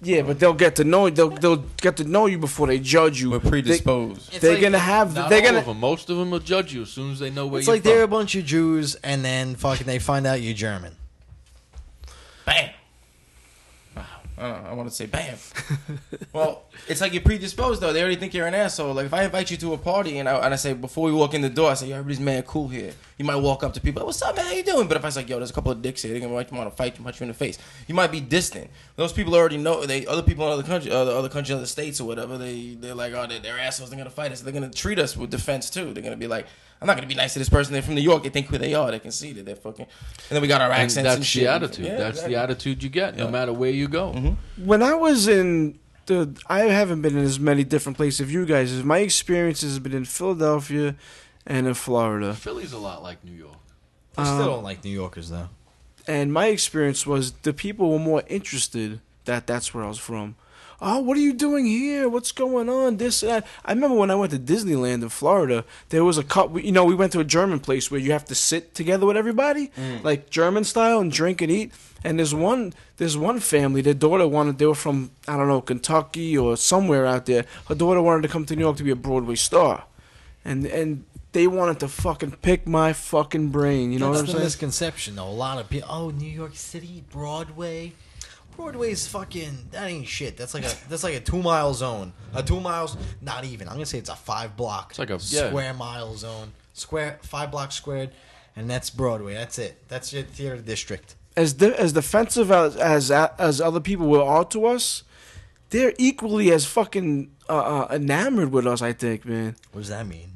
C: yeah, but they'll get to know they'll they'll get to know you before they judge you.
D: We're predisposed.
C: They, are gonna have
E: Not
C: they're
E: all
C: gonna
E: of them. Most of them will judge you as soon as they know where
F: It's
E: you're
F: like they're a
E: from.
F: bunch of Jews, and then fucking they find out you're German.
D: Bam. I don't know. I want to say bam. well, it's like you're predisposed though. They already think you're an asshole. Like if I invite you to a party and I, and I say before we walk in the door, I say yo, everybody's mad cool here. You might walk up to people, what's up, man? How you doing? But if I say yo, there's a couple of dicks here, they're gonna be like, want to fight you, punch you in the face. You might be distant. Those people already know. They other people in other country, other, other countries, other states or whatever. They they're like, oh, they're, they're assholes. They're gonna fight us. They're gonna treat us with defense too. They're gonna be like. I'm not gonna be nice to this person. They're from New York. They think who they are. They can see that they're fucking. And then we got our
E: And
D: accents and,
E: that's
D: shit.
E: the attitude.
D: Yeah,
E: that's
D: exactly.
E: the attitude you get,
D: Yeah.
E: no matter where you go.
C: when I was in the, I haven't been in as many different places as you guys. My experiences have been in Philadelphia and in Florida.
E: Philly's a lot like New York.
F: I still don't like New Yorkers though.
C: and my experience was the people were more interested that that's where I was from. Oh, what are you doing here? What's going on? This and that. I remember when I went to Disneyland in Florida, there was a cup. You know, we went to a German place where you have to sit together with everybody,
F: Mm.
C: like German style, and drink and eat. And there's one, there's one family. Their daughter wanted. They were from I don't know Kentucky or somewhere out there. Her daughter wanted to come to New York to be a Broadway star, and and they wanted to fucking pick my fucking brain. You know
F: That's
C: what I'm
F: the
C: saying?
F: misconception, though. A lot of people. Oh, New York City, Broadway. Broadway's fucking. That ain't shit. That's like a. That's like a two mile zone. A two miles. Not even. I'm gonna say it's a five block. It's
E: like a- yeah.
F: square mile zone. Square five block squared, and that's Broadway. That's it. That's your theater district.
C: as de- as defensive as as as other people were are to us, they're equally as fucking uh, uh, enamored with us. I think, man.
D: Oh.
F: What does that mean?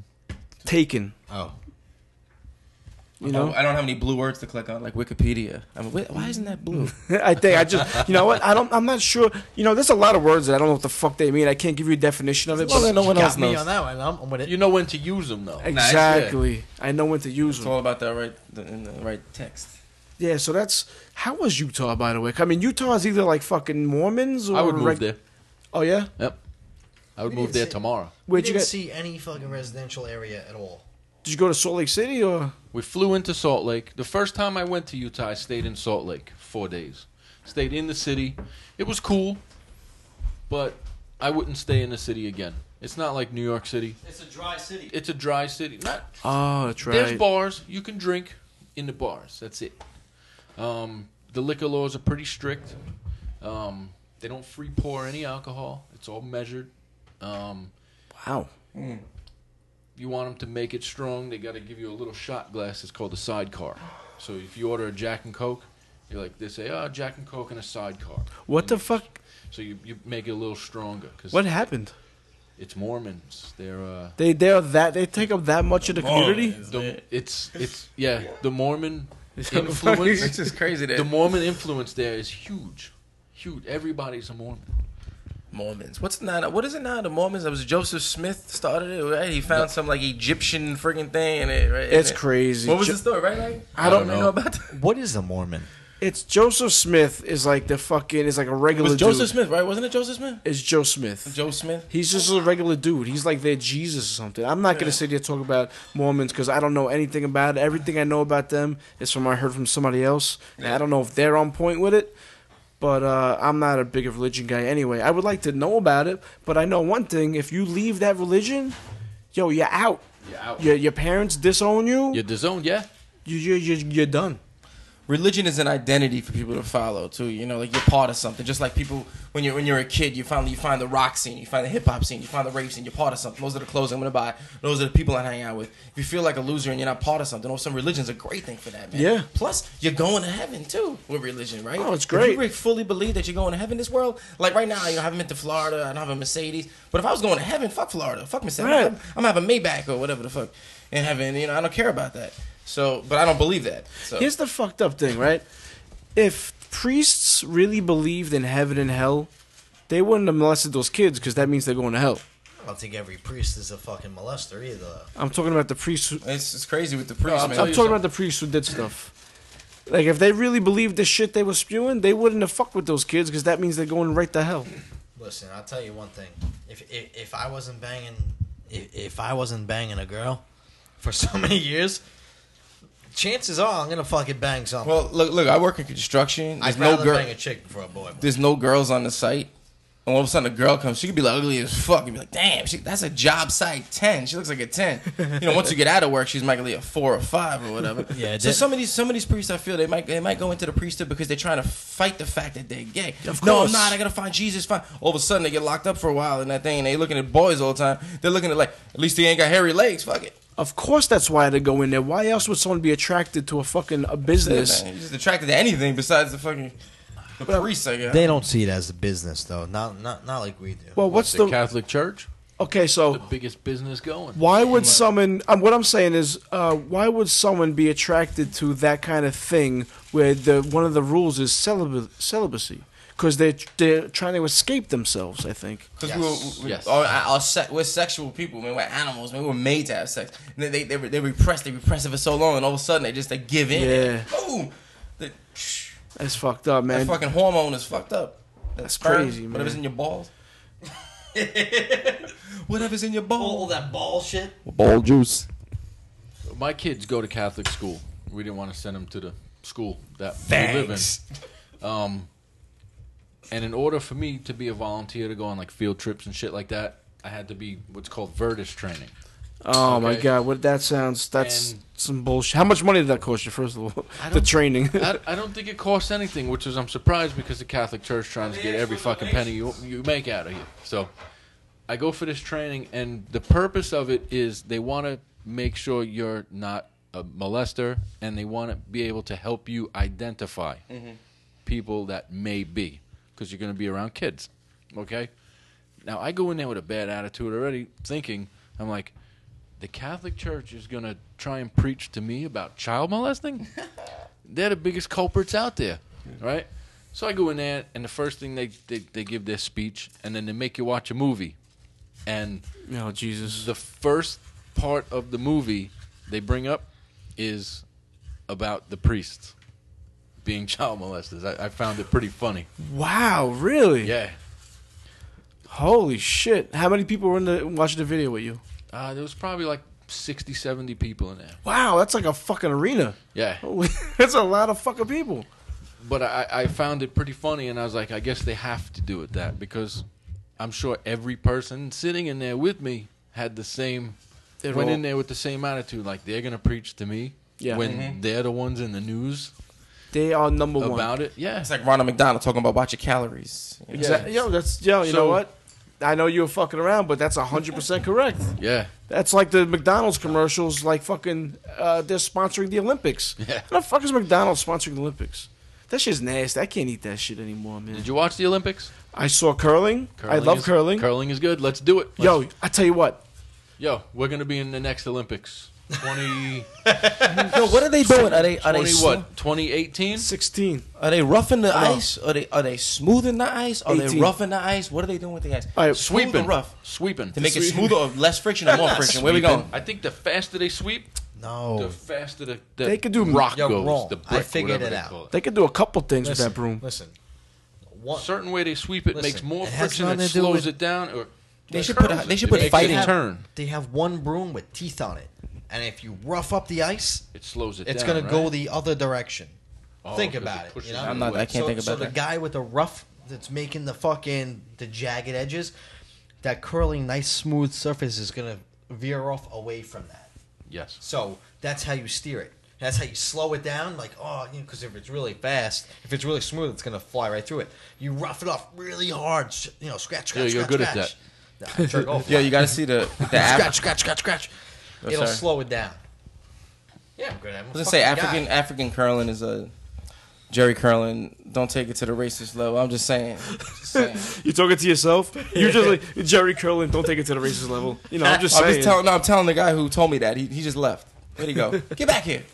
C: Taken.
F: Oh,
C: You know,
D: I don't have any blue words to click on, like Wikipedia. I mean, wait, why isn't that blue?
C: I think I just, you know what? I don't. I'm not sure. You know, there's a lot of words that I don't know what the fuck they mean. I can't give you a definition of it.
D: well,
C: but
D: then no one
F: Got
D: else
F: me
D: knows.
F: on that one. I'm, I'm with it.
E: You know when to use them though.
D: it's-
C: exactly. I know when to use
D: It's
C: them.
D: all about the right, the, in the right text.
C: Yeah. So that's how was Utah, by the way. I mean, Utah is either like fucking Mormons or
E: I would move
C: reg-
E: there.
C: Oh yeah.
E: Yep. I would
F: We
E: move
F: didn't
E: there
F: see-
E: tomorrow.
F: we
C: Where'd you
F: didn't
C: get?
F: see any fucking residential area at all.
C: Did you go to Salt Lake City or?
E: We flew into Salt Lake. The first time I went to Utah, I stayed in Salt Lake four days. Stayed in the city. It was cool, but I wouldn't stay in the city again. It's not like New York City.
H: It's a dry city.
E: It's a dry city. Not
C: Oh, that's
E: There's bars. You can drink in the bars. That's it. Um, the liquor laws are pretty strict. Um, they don't free pour any alcohol. It's all measured. Um,
C: Wow.
E: you want them to make it strong. They got to give you a little shot glass. It's called a sidecar. So if you order a Jack and Coke, you're like they say, oh, Jack and Coke and a sidecar.
C: What the fuck?
E: So you, you make it a little stronger
C: What
E: because
C: happened?
E: it's Mormons. They're uh,
C: They they're that they take up that much of the community.
E: the, it's it's yeah the Mormon
C: that what the fuck
E: influence.
C: is-
D: It's just crazy that
E: The Mormon influence there is huge. Huge. Everybody's a Mormon.
D: Mormons. What's not? What is it now? The Mormons. That was Joseph Smith started it. Right? He found some like Egyptian friggin' thing, and it. Right? And
C: It's
D: it-
C: crazy.
D: What was
C: Jo-
D: the story? Right? Like,
C: I don't
D: really
C: know.
D: about that.
G: What is a Mormon?
C: It's Joseph Smith is like the fucking is like a
D: It
C: regular.
D: was Joseph
C: dude.
D: Smith, right? Wasn't it Joseph Smith?
C: It's Joe Smith.
D: Joe Smith.
C: He's just a regular dude. He's like their Jesus or something. I'm not gonna sit here and talk about Mormons because I don't know anything about it. Everything I know about them is from I heard from somebody else, and I don't know if they're on point with it. But uh, I'm not a big of religion guy anyway. I would like to know about it, but I know one thing: if you leave that religion, yo, you're out.
E: You're out.
C: Your your parents disown you.
E: You're disowned, yeah?
C: You you you you're done.
D: religion is an identity for people to follow too. You know, like you're part of something. Just like people when you're when you're a kid, you finally you find the rock scene, you find the hip hop scene, you find the rave scene. You're part of something. Those are the clothes I'm gonna buy. Those are the people I hang out with. If you feel like a loser and you're not part of something, oh, some religion's a great thing for that, man.
C: Yeah.
D: Plus, you're going to heaven too with religion, right?
C: Oh, it's
D: If
C: great.
D: you re- fully believe that you're going to heaven, this world, like right now, you know, I haven't been to Florida. I don't have a Mercedes. But if I was going to heaven, fuck Florida, fuck Mercedes.
C: Right.
D: I'm, I'm gonna have a Maybach or whatever the fuck in heaven. You know, I don't care about that. So, but I don't believe that. So.
C: Here's the fucked up thing, right? If priests really believed in heaven and hell, they wouldn't have molested those kids because that means they're going to hell.
F: I don't think every priest is a fucking molester either.
C: I'm talking about the priests. Who,
D: It's, it's crazy with the priest,
E: I'll
D: man.
E: tell
C: I'm
E: you
C: talking about the priests who did stuff. Like if they really believed the shit they were spewing, they wouldn't have fucked with those kids because that means they're going right to hell.
F: Listen, I'll tell you one thing. If if, if I wasn't banging, if, if I wasn't banging a girl for so many years, chances are I'm gonna fucking bang something.
D: well, look, look. I work in construction. There's
F: I'd
D: no
F: rather
D: girl.
F: bang a chick before a boy.
D: There's no girls on the site. And all of a sudden, a girl comes. She could be like ugly as fuck. You'd be like, damn, she, that's a job site ten. She looks like a ten. You know, once you get out of work, she's might be a four or five or whatever.
F: Yeah, it
D: So
F: did-
D: some of these some of these priests, I feel they might they might go into the priesthood because they're trying to fight the fact that they're gay.
C: Of
D: no,
C: course.
D: I'm not. I gotta find Jesus. Find. All of a sudden, they get locked up for a while in that thing, and they looking at boys all the time. They're looking at like, at least he ain't got hairy legs. Fuck it.
C: Of course, that's why they go in there. Why else would someone be attracted to a fucking a business?
D: Man, He's just attracted to anything besides the fucking the priest. I guess.
G: They
D: They,
G: don't see it as a business.
F: Business though, not not not like we do.
C: Well, what's
E: the,
C: the
E: Catholic Church?
C: okay? So
E: The biggest business going.
C: Why would someone? Um, what I'm saying is, uh, why would someone be attracted to that kind of thing where the one of the rules is celib- celibacy? Because they they're trying to escape themselves. I think.
D: because
F: Yes.
D: we were,
E: Yes.
D: we, our, our se- we're sexual people, man. We're animals, man. We're made to have sex. And they, they, they, were- they repressed, they repressed it for so long, and all of a sudden they just they give in.
C: Yeah.
D: Boom. The, psh,
C: That's fucked up,
D: that
C: man.
D: fucking hormone is fucked up. That
C: That's
D: sperm,
C: crazy, man.
D: Whatever's in your balls. Whatever's in your
F: all
D: balls.
F: that ball shit.
D: Ball juice.
E: My kids go to Catholic school. We didn't want to send them to the school that we live
D: Thanks.
E: in. Um, and in order for me to be a volunteer to go on like field trips and shit like that, I had to be what's called Vertus training.
C: oh my
E: Okay.
C: god, what that sounds. That's
E: And-
C: some bullshit. How much money did that cost you? First of all,
E: I
C: the
E: don't-
C: training.
E: I, I don't think it costs anything, which is I'm surprised because the Catholic Church tries to get every fucking penny you, you make out of you. So I go for this training, and the purpose of it is they want to make sure you're not a molester, and they want to be able to help you identify people that may be, because you're going to be around kids. Okay. Now I go in there with a bad attitude already, thinking I'm like, the Catholic Church is going to try and preach to me about child molesting? They're the biggest culprits out there, right? So I go in there, and the first thing they, they, they give their speech, and then they make you watch a movie. And
C: Oh Jesus.
E: the first part of the movie they bring up is about the priests being child molesters. I, I found it pretty funny.
C: Wow, really?
E: Yeah.
C: Holy shit. How many people were in the watching the video with you?
E: Uh, there was probably like 60, 70 people in there.
C: Wow, that's like a fucking arena.
E: Yeah.
C: Holy- that's a lot of fucking people.
E: But I, I found it pretty funny, and I was like, I guess they have to do it that because I'm sure every person sitting in there with me had the same.
C: It
E: went
C: all-
E: in there with the same attitude, like they're gonna preach to me
C: Yeah.
E: when they're the ones in the news
C: They are number one.
E: about it. Yeah,
D: It's like Ronald McDonald talking about watch your calories. You know?
C: Exactly. Yo, that's yo. You know
E: So-
C: what? I know you were fucking around, but that's hundred percent correct.
E: yeah,
C: That's like the McDonald's commercials, like fucking. Uh, they're sponsoring the Olympics.
E: Yeah.
C: How the fuck is McDonald's sponsoring the Olympics? That shit's nasty. I can't eat that shit anymore, man.
E: Did you watch the Olympics?
C: I saw curling. I
E: Curling
C: love
E: is-
C: curling.
E: Curling is good. Let's do it.
C: Yo,
E: Let's-
C: I tell you what.
E: yo, we're gonna be in the next Olympics. 20,
D: No, what are they doing? Are they are they
E: 20
D: sl-
E: what? Twenty eighteen.
C: Sixteen.
D: Are they roughing the ice? Are they are they smoothing the ice? Are
C: 18.
D: they roughing the ice? What are they doing with the ice?
C: All right,
D: Smooth
E: Sweeping,
D: or rough
E: sweeping
D: to make it smoother or less friction or more friction. Where we
E: Sweeping.
D: going?
E: I think the faster they sweep, the
F: No.
E: faster the, the
C: They could do-
E: rock
F: You're
E: goes.
F: wrong.
E: The
F: I
E: brick,
F: figured
E: whatever
F: it
E: they
F: out.
E: call it.
C: They could do a couple things
F: Listen,
C: with that broom.
F: Listen. One,
E: Certain way they sweep it makes
F: Listen,
E: more
F: it has
E: friction. It
F: nothing to do
E: slows
F: with-
E: it down. Or
D: They
E: it
D: should put a-
E: curves
D: they
E: it. It
D: should put
E: makes
D: fighting-
E: it turn.
F: They have one broom with teeth on it, and if you rough up the ice,
E: It slows it.
F: it's
E: down,
F: gonna go
E: right?
F: the other direction.
E: Oh,
F: think
E: 'cause
F: about
E: it
F: it.
E: pushes
F: you know?
E: it
D: I'm not- I can't
F: so,
D: think
F: so
D: about
F: the
D: that.
F: guy with the rough that's making the fucking the jagged edges, that curling nice smooth surface is gonna veer off away from that.
E: Yes.
F: So that's how you steer it. That's how you slow it down. Like oh, you know, because if it's really fast, if it's really smooth, it's gonna fly right through it. You rough it off really hard. sh- You know, scratch,
E: Yeah,
F: scratch,
E: you're
F: scratch,
E: good at
F: scratch. Nah, jerk off.
D: Yo, you got to see the the
F: scratch,
D: Af-
F: scratch, scratch, scratch. It'll
D: Oh, sorry.
F: slow it down. Yeah, I'm good. I'm a
D: I was gonna say
F: fucking guy.
D: African African curling is a Jerry curling. Don't take it to the racist level. I'm just saying. Just saying.
C: You talking to yourself? You're just like Jerry Curling. Don't take it to the racist level. You know, I'm just
D: I'm
C: saying.
D: just telling. No, I'm telling the guy who told me that. He, he just left. Where'd he go? Get back here.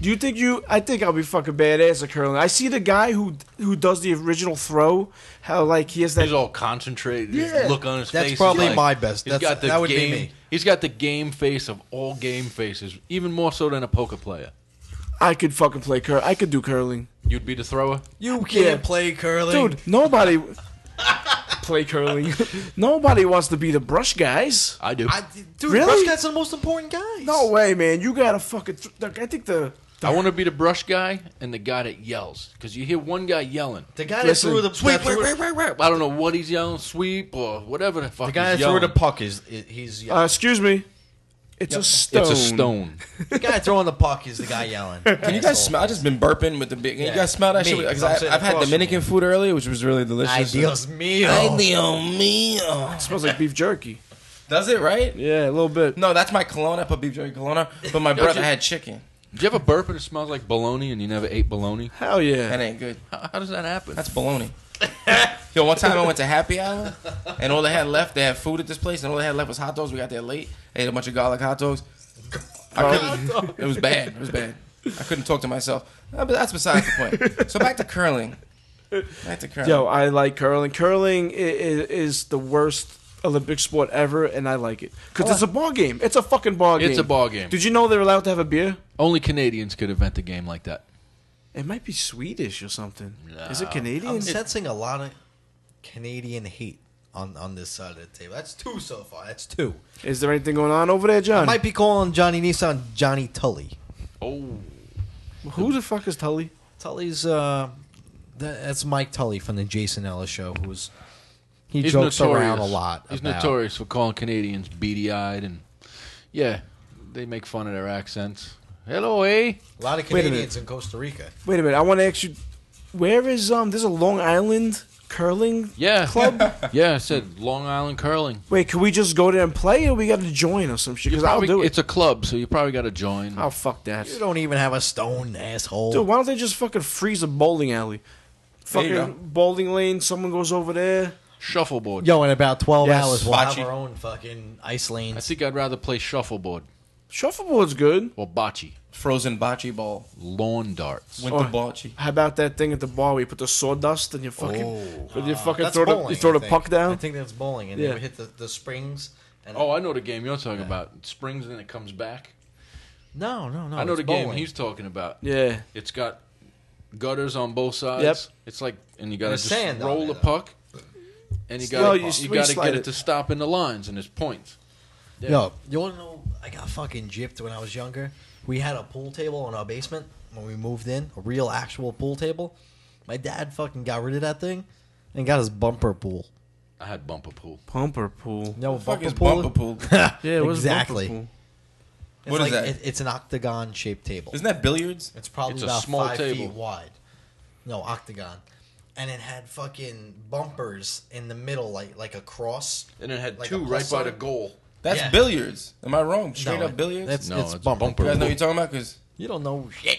C: Do you think you? I think I'll be fucking badass at curling. I see the guy who who does the original throw. How like he has that
E: He's all concentrated. His
C: Yeah.
E: look on his
F: That's
E: face. is
F: probably
E: like-
F: my best.
E: he's
F: That's-
E: got the
F: that would be
E: game,
F: me.
E: He's got the game face of all game faces, even more so than a poker player.
C: I could fucking play curl. I could do curling,
E: You'd be the thrower.
F: You can't
C: Yeah.
F: play curling.
C: dude. Nobody play curling. nobody wants to be the brush guys.
E: I do.
F: I,
E: I,
F: dude,
C: Really?
F: Rush Cat's the most important guy.
C: No way, man. You gotta fucking. Th- the- I think the
E: want to be the brush guy and the guy that yells because you hear one guy yelling.
F: the guy
C: Listen,
F: that threw the
E: Sweep,
F: that threw-
E: wait, wait, wait, wait. I don't know what he's yelling, sweep or whatever the fuck.
F: The guy
E: he's
F: that threw
E: yelling.
F: the puck is i- he's
C: uh,
F: yelling.
C: excuse me. It's a stone.
E: It's a stone.
F: the guy throwing the puck is the guy yelling.
D: Can you guys smell? I just been burping with the big. Can
F: Yeah.
D: you guys smell that
F: Me,
D: shit? Because
F: 'cause I'm
D: I,
F: sitting
D: I've had
F: across from
D: Dominican food earlier, which was really delicious.
F: Ideals meal.
D: Ideal meal.
C: It smells like beef jerky.
D: Does it right?
C: Yeah, a little bit.
D: No, that's my cologne. I put beef jerky cologne, but my brother had chicken.
E: Do you have a burp and it smells like bologna and you never ate bologna?
C: Hell
D: That
C: yeah.
D: ain't good.
E: How, how does that happen?
D: That's baloney. Yo, one time I went to Happy Hour, and all they had left, they had food at this place, and all they had left was hot dogs. We got there late, ate a bunch of garlic hot dogs. I couldn't, it was bad. It was bad. I couldn't talk to myself. Uh, But that's besides the point. So back to curling. Back to curling.
C: Yo, I like curling. Curling is, is the worst Olympic sport ever, and I like it because it's a ball game. It's a fucking ball game.
E: It's a ball game.
C: Did you know they're allowed to have a beer?
E: Only Canadians could invent a game like that.
C: It might be Swedish or something. Is it Canadian?
F: I'm sensing a lot of Canadian hate on on this side of the table. That's two so far. That's two.
C: Is there anything going on over there, John?
F: Might be calling Johnny Nissan Johnny Tully.
E: Oh,
C: Who the fuck is Tully?
F: Tully's uh, that, that's Mike Tully from the Jason Ellis show, who's he
E: he's
F: jokes
E: notorious.
F: around a lot.
E: He's
F: about-
E: notorious for calling Canadians beady-eyed and yeah, they make fun of their accents. Hello, eh?
F: A lot of
C: minute.
F: Canadians in Costa Rica.
C: Wait a minute. I want to ask you, where is um? There's a Long Island curling.
E: Yeah,
C: Club?
E: yeah, I said Long Island curling.
C: Wait, can we just go there and play, or we got to join or some shit? Because I'll
E: Probably-
C: do it.
E: It's a club, so you probably got to join.
C: oh fuck that,
F: You don't even have a stone, asshole.
C: dude. Why don't they just fucking freeze a bowling alley?
D: There you
C: Fucking bowling lane. Someone goes over there.
E: Shuffleboard.
G: Yo, in about 12
C: Yes.
G: hours, we'll
D: Bocce.
G: have our own fucking ice
E: I
G: lanes.
E: think I'd rather play shuffleboard
C: Shuffleboard's good.
E: or bocce,
D: Frozen bocce ball.
E: lawn darts.
D: Winter
C: Oh.
D: bocce.
C: How about that thing at the bar where you put the sawdust and you fucking,
F: Oh.
C: and
F: uh,
C: you fucking
G: That's
C: throw the,
G: bowling,
C: you throw
G: I
C: the
G: think.
C: puck
G: I
C: down?
G: think that's bowling, and
C: Yeah.
G: they would hit the, the springs. And
E: Oh, I know the game you're talking about. It springs and then it comes back.
G: no, no, no!
E: I know
G: it's
E: the game
G: bowling.
E: he's talking about.
C: Oh, Yeah.
E: It's got gutters on both sides.
C: Yep.
E: It's like, and you got to
G: There's
E: just
G: sand on
E: roll
G: it,
E: the
G: though.
E: puck, and you
C: No,
E: got
C: you
E: to
C: s-
E: you
C: we
E: got to
C: slide
E: get it.
C: it.
E: to stop in the lines, and it's points. Yeah.
G: Yo,
F: You want to know? I got fucking gypped when I was younger. We had a pool table in our basement when we moved in, a real actual pool table. My dad fucking got rid of that thing and got his bumper pool.
E: I had bumper pool.
C: Pumper pool.
F: No
D: Fuck
F: bumper
D: is
F: pool.
D: bumper pool?
C: Yeah, what's
F: Exactly.
C: bumper pool?
F: It's
D: What is
F: like,
D: that?
F: It, it's an octagon shaped table.
D: Isn't that billiards?
F: It's probably
E: It's a
F: about
E: small
F: five feet
E: table.
F: wide. No, octagon. And it had fucking bumpers in the middle, like like a cross.
E: And it had
F: Like a
E: two right
F: plus
E: by
F: sign?
E: the goal.
D: That's
F: Yeah.
D: billiards. Am I wrong? Straight
F: No,
D: up billiards.
F: That's,
E: No,
F: it's,
E: it's
F: bumper.
E: bumper.
D: you guys know what you're talking about? Cause
F: You don't know shit.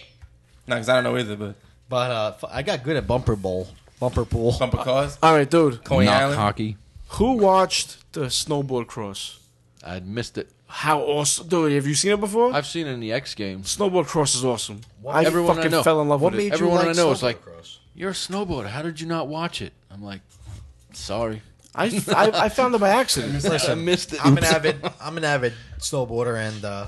D: nah, 'cause I don't know either. But
F: But uh, fu- I got good at bumper bowl, bumper pool.
C: Uh,
D: bumper cars,
C: All right, dude.
D: Coney
E: Knock
D: Island.
E: hockey.
C: Who watched the snowboard cross?
E: I'd missed it.
C: How awesome, dude! Have you seen it before?
E: I've seen it in the X Games.
C: snowboard cross is awesome. I
E: Everyone I
C: fucking
E: know.
C: fell in love
F: What
C: with
F: made
C: it.
E: Everyone
F: you like
E: I know is
F: snowboard
E: like-
F: cross?
E: You're a snowboarder. How did you not watch it? I'm like, sorry.
C: I, I, I found it by accident.
E: I missed it.
F: I'm an avid I'm an avid snowboarder and uh,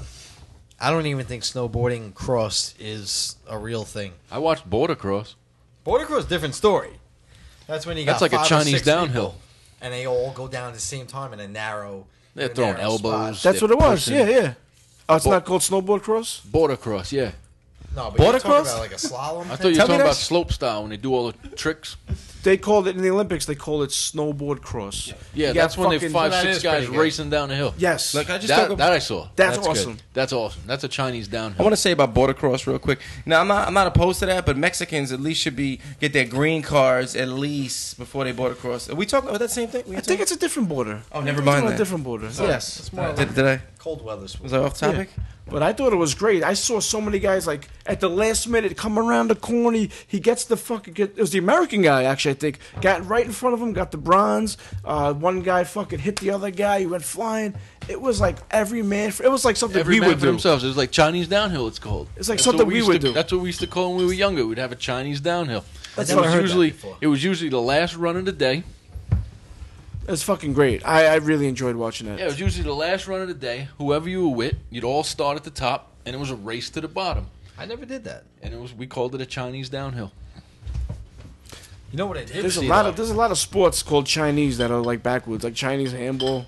F: I don't even think snowboarding cross is a real thing.
E: I watched border cross.
F: Border cross different story. That's when you got
E: That's like a
F: five or
E: Chinese
F: six
E: downhill.
F: people, and they all go down at the same time in a narrow.
E: They're
F: in a
E: throwing
F: narrow
E: elbows.
F: spot.
C: That's what it was.
E: Person.
C: Yeah, yeah. Oh, it's
E: Bo-
C: not called snowboard cross.
E: Border cross. Yeah.
F: No, but
D: Border
F: you're
D: cross?
F: talking about like a slalom.
E: I
F: thing?
E: thought you were
D: Tell me
E: talking about
D: that's-
E: slope style when they do all the tricks.
C: They called it in the Olympics. They call it snowboard cross.
E: Yeah,
C: You got
E: that's when they
C: fucking-
E: five,
F: That
E: six
F: is
E: guys
F: pretty good.
E: racing down the hill.
C: Yes.
D: Look, I just
E: that,
D: talk-
E: that I saw.
C: That's
E: good.
C: awesome.
E: That's awesome. That's a Chinese
D: I
E: downhill.
D: want to say about border cross real quick. Now I'm not I'm not opposed to that, but Mexicans at least should be get their green cards at least before they border cross. Are we talking about that same thing? We
C: I think it's a different border.
D: Oh, never
C: It's
D: mind
C: on A
D: then.
C: different border.
D: yes.
F: It's more like
D: Did, did I
F: cold weather sport.
D: was I off topic?
C: But I thought it was great. I saw so many guys like at the last minute come around the corner. He, he gets the fucking. Get, it was the American guy actually. I think got right in front of him, got the bronze. Uh, one guy fucking hit the other guy. He went flying. It was like every man. For, it was like something
E: Every
C: we
E: man
C: would
E: for
C: do.
E: themselves. It was like Chinese downhill. It's called.
C: It's like
E: That's
C: something
E: what
C: we
E: used
C: would
E: to-
C: do.
E: That's what we used to call when we were younger. We'd have a Chinese downhill.
F: That's
E: it
F: what I
E: was
F: heard that
E: usually
F: before.
E: it was usually the last run of the day.
C: It's fucking great. I, I really enjoyed watching it.
E: Yeah, it was usually the last run of the day. Whoever you were with, you'd all start at the top, and it was a race to the bottom.
F: I never did that.
E: And it was we called it a Chinese downhill.
F: You know what I did?
C: there's a
F: see,
C: lot
F: though?
C: of there's a lot of sports called Chinese that are like backwards, like Chinese handball.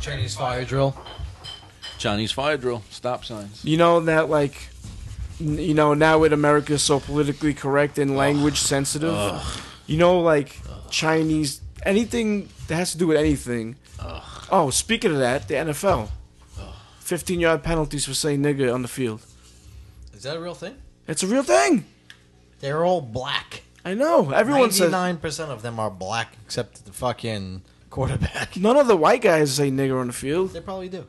F: Chinese fire drill.
E: Chinese fire drill, stop signs.
C: You know that like, n- you know now with America so politically correct and language sensitive, you know like Chinese anything that has to do with anything. Oh, speaking of that, the NFL, fifteen yard penalties for saying nigger on the field.
F: Is that a real thing?
C: It's a real thing.
F: They're all black.
C: I know. Everyone says
F: Ninety-nine percent of them are black, except the fucking quarterback.
C: none of the white guys say nigger on the field.
F: They probably do.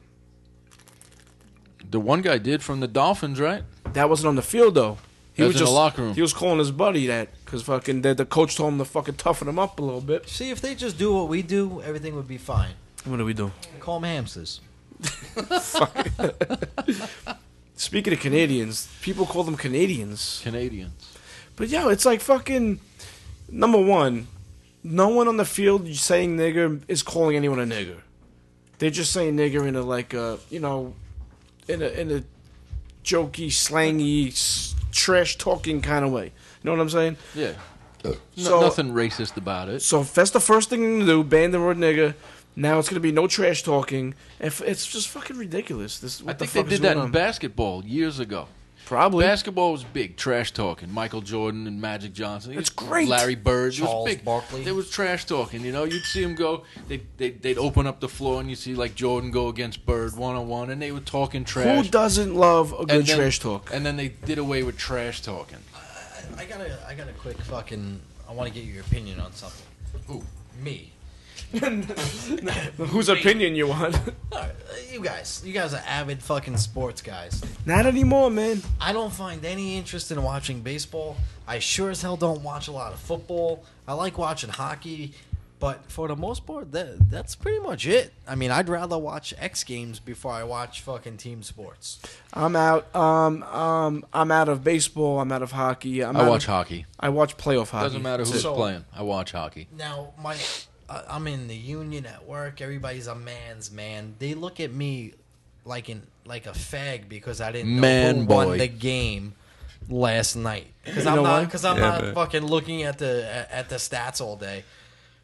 E: The one guy did from the Dolphins, right?
C: That wasn't on the field though. He
E: That was in the locker room.
C: He was calling his buddy that because fucking the, the coach told him to fucking toughen him up a little bit.
F: See, if they just do what we do, everything would be fine.
C: What do we do?
F: Call them hamsters.
C: Speaking of Canadians, people call them Canadians.
E: Canadians.
C: But yo, it's like fucking number one. No one on the field saying nigger is calling anyone a nigger. They're just saying nigger in a like a you know, in a in a jokey, slangy, trash talking kind of way. You know what I'm saying?
E: Yeah. No-
C: Uh, So-
E: nothing racist about it.
C: So if that's the first thing to do, ban the word nigger. Now it's gonna be no trash talking. If it's just fucking ridiculous. This what
E: I think
C: the
E: they
C: fuck is
E: did that
C: going
E: in
C: on?
E: basketball years ago.
C: Probably.
E: Basketball was big, trash talking. Michael Jordan and Magic Johnson.
C: It's great.
E: Larry Bird. it
F: Charles
E: was big.
F: Barkley.
E: There was trash talking. You know, you'd see them go. They they'd, they'd open up the floor and you see like Jordan go against Bird one on one, and they were talking trash.
C: Who doesn't love a
E: and
C: good
E: then-
C: trash talk?
E: And then they did away with trash talking.
F: I got a, I got a quick fucking. I want to get your opinion on something. Who? Me.
C: Whose opinion you want?
F: All right, uh, you guys. You guys are avid fucking sports guys.
C: Not anymore, man.
F: I don't find any interest in watching baseball. I sure as hell don't watch a lot of football. I like watching hockey. But for the most part, that that's pretty much it. I mean, I'd rather watch X Games before I watch fucking team sports.
C: I'm out. Um, um, I'm out of baseball. I'm out of hockey. I'm
E: I
C: out
E: watch
C: Of,
E: hockey.
C: I watch playoff hockey.
E: Doesn't matter who's
C: So-
E: playing. I watch hockey.
F: Now, my I- I'm in the union at work. Everybody's a man's man. They look at me like an like a fag because I didn't know
E: Man
F: who
E: boy.
F: won the game last night. Because
C: You
F: I'm
C: know
F: not
C: why?
F: because I'm
H: Yeah,
F: not
H: but-
F: fucking looking at the at, at the stats all day.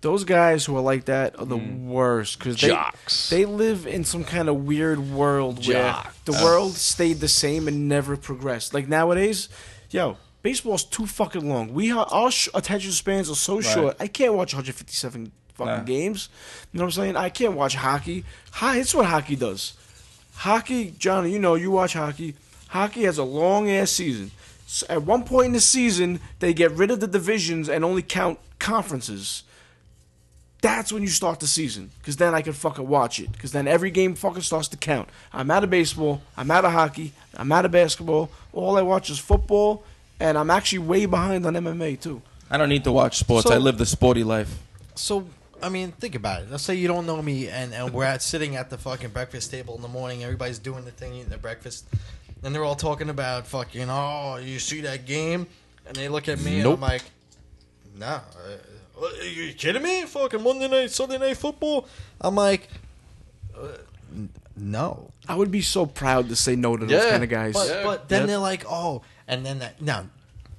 C: Those guys who are like that are the worst because they
E: Mm. Jocks.
C: they live in some kind of weird world
E: Jocks.
C: where the world stayed the same and never progressed. Like nowadays, yo, baseball's too fucking long. We are, our sh- attention spans are so short. I can't watch 157 fucking
D: Nah.
C: games. You know what I'm saying? I can't watch hockey. Hi, it's what hockey does. Hockey, Johnny, you know you watch hockey. Hockey has a long ass season. So at one point in the season, they get rid of the divisions and only count conferences that's when you start the season because then I can fucking watch it because then every game fucking starts to count. I'm out of baseball, I'm out of hockey, I'm out of basketball. All I watch is football, and I'm actually way behind on MMA too.
D: I don't need to watch sports.
F: So-
D: I live the sporty life.
F: So I mean, think about it. Let's say you don't know me, and, and we're at, sitting at the fucking breakfast table in the morning. Everybody's doing the thing, eating their breakfast, and they're all talking about fucking. Oh, you see that game? And they look at me, and I'm
E: Nope.
F: like, Nah, uh, uh, are you kidding me? Fucking Monday night, Sunday night football. I'm like, uh, n- No.
C: I would be so proud to say no to those
E: Yeah,
C: kind of guys.
F: But,
E: Yeah.
F: but then
E: Yeah.
F: they're like, oh, and then that now,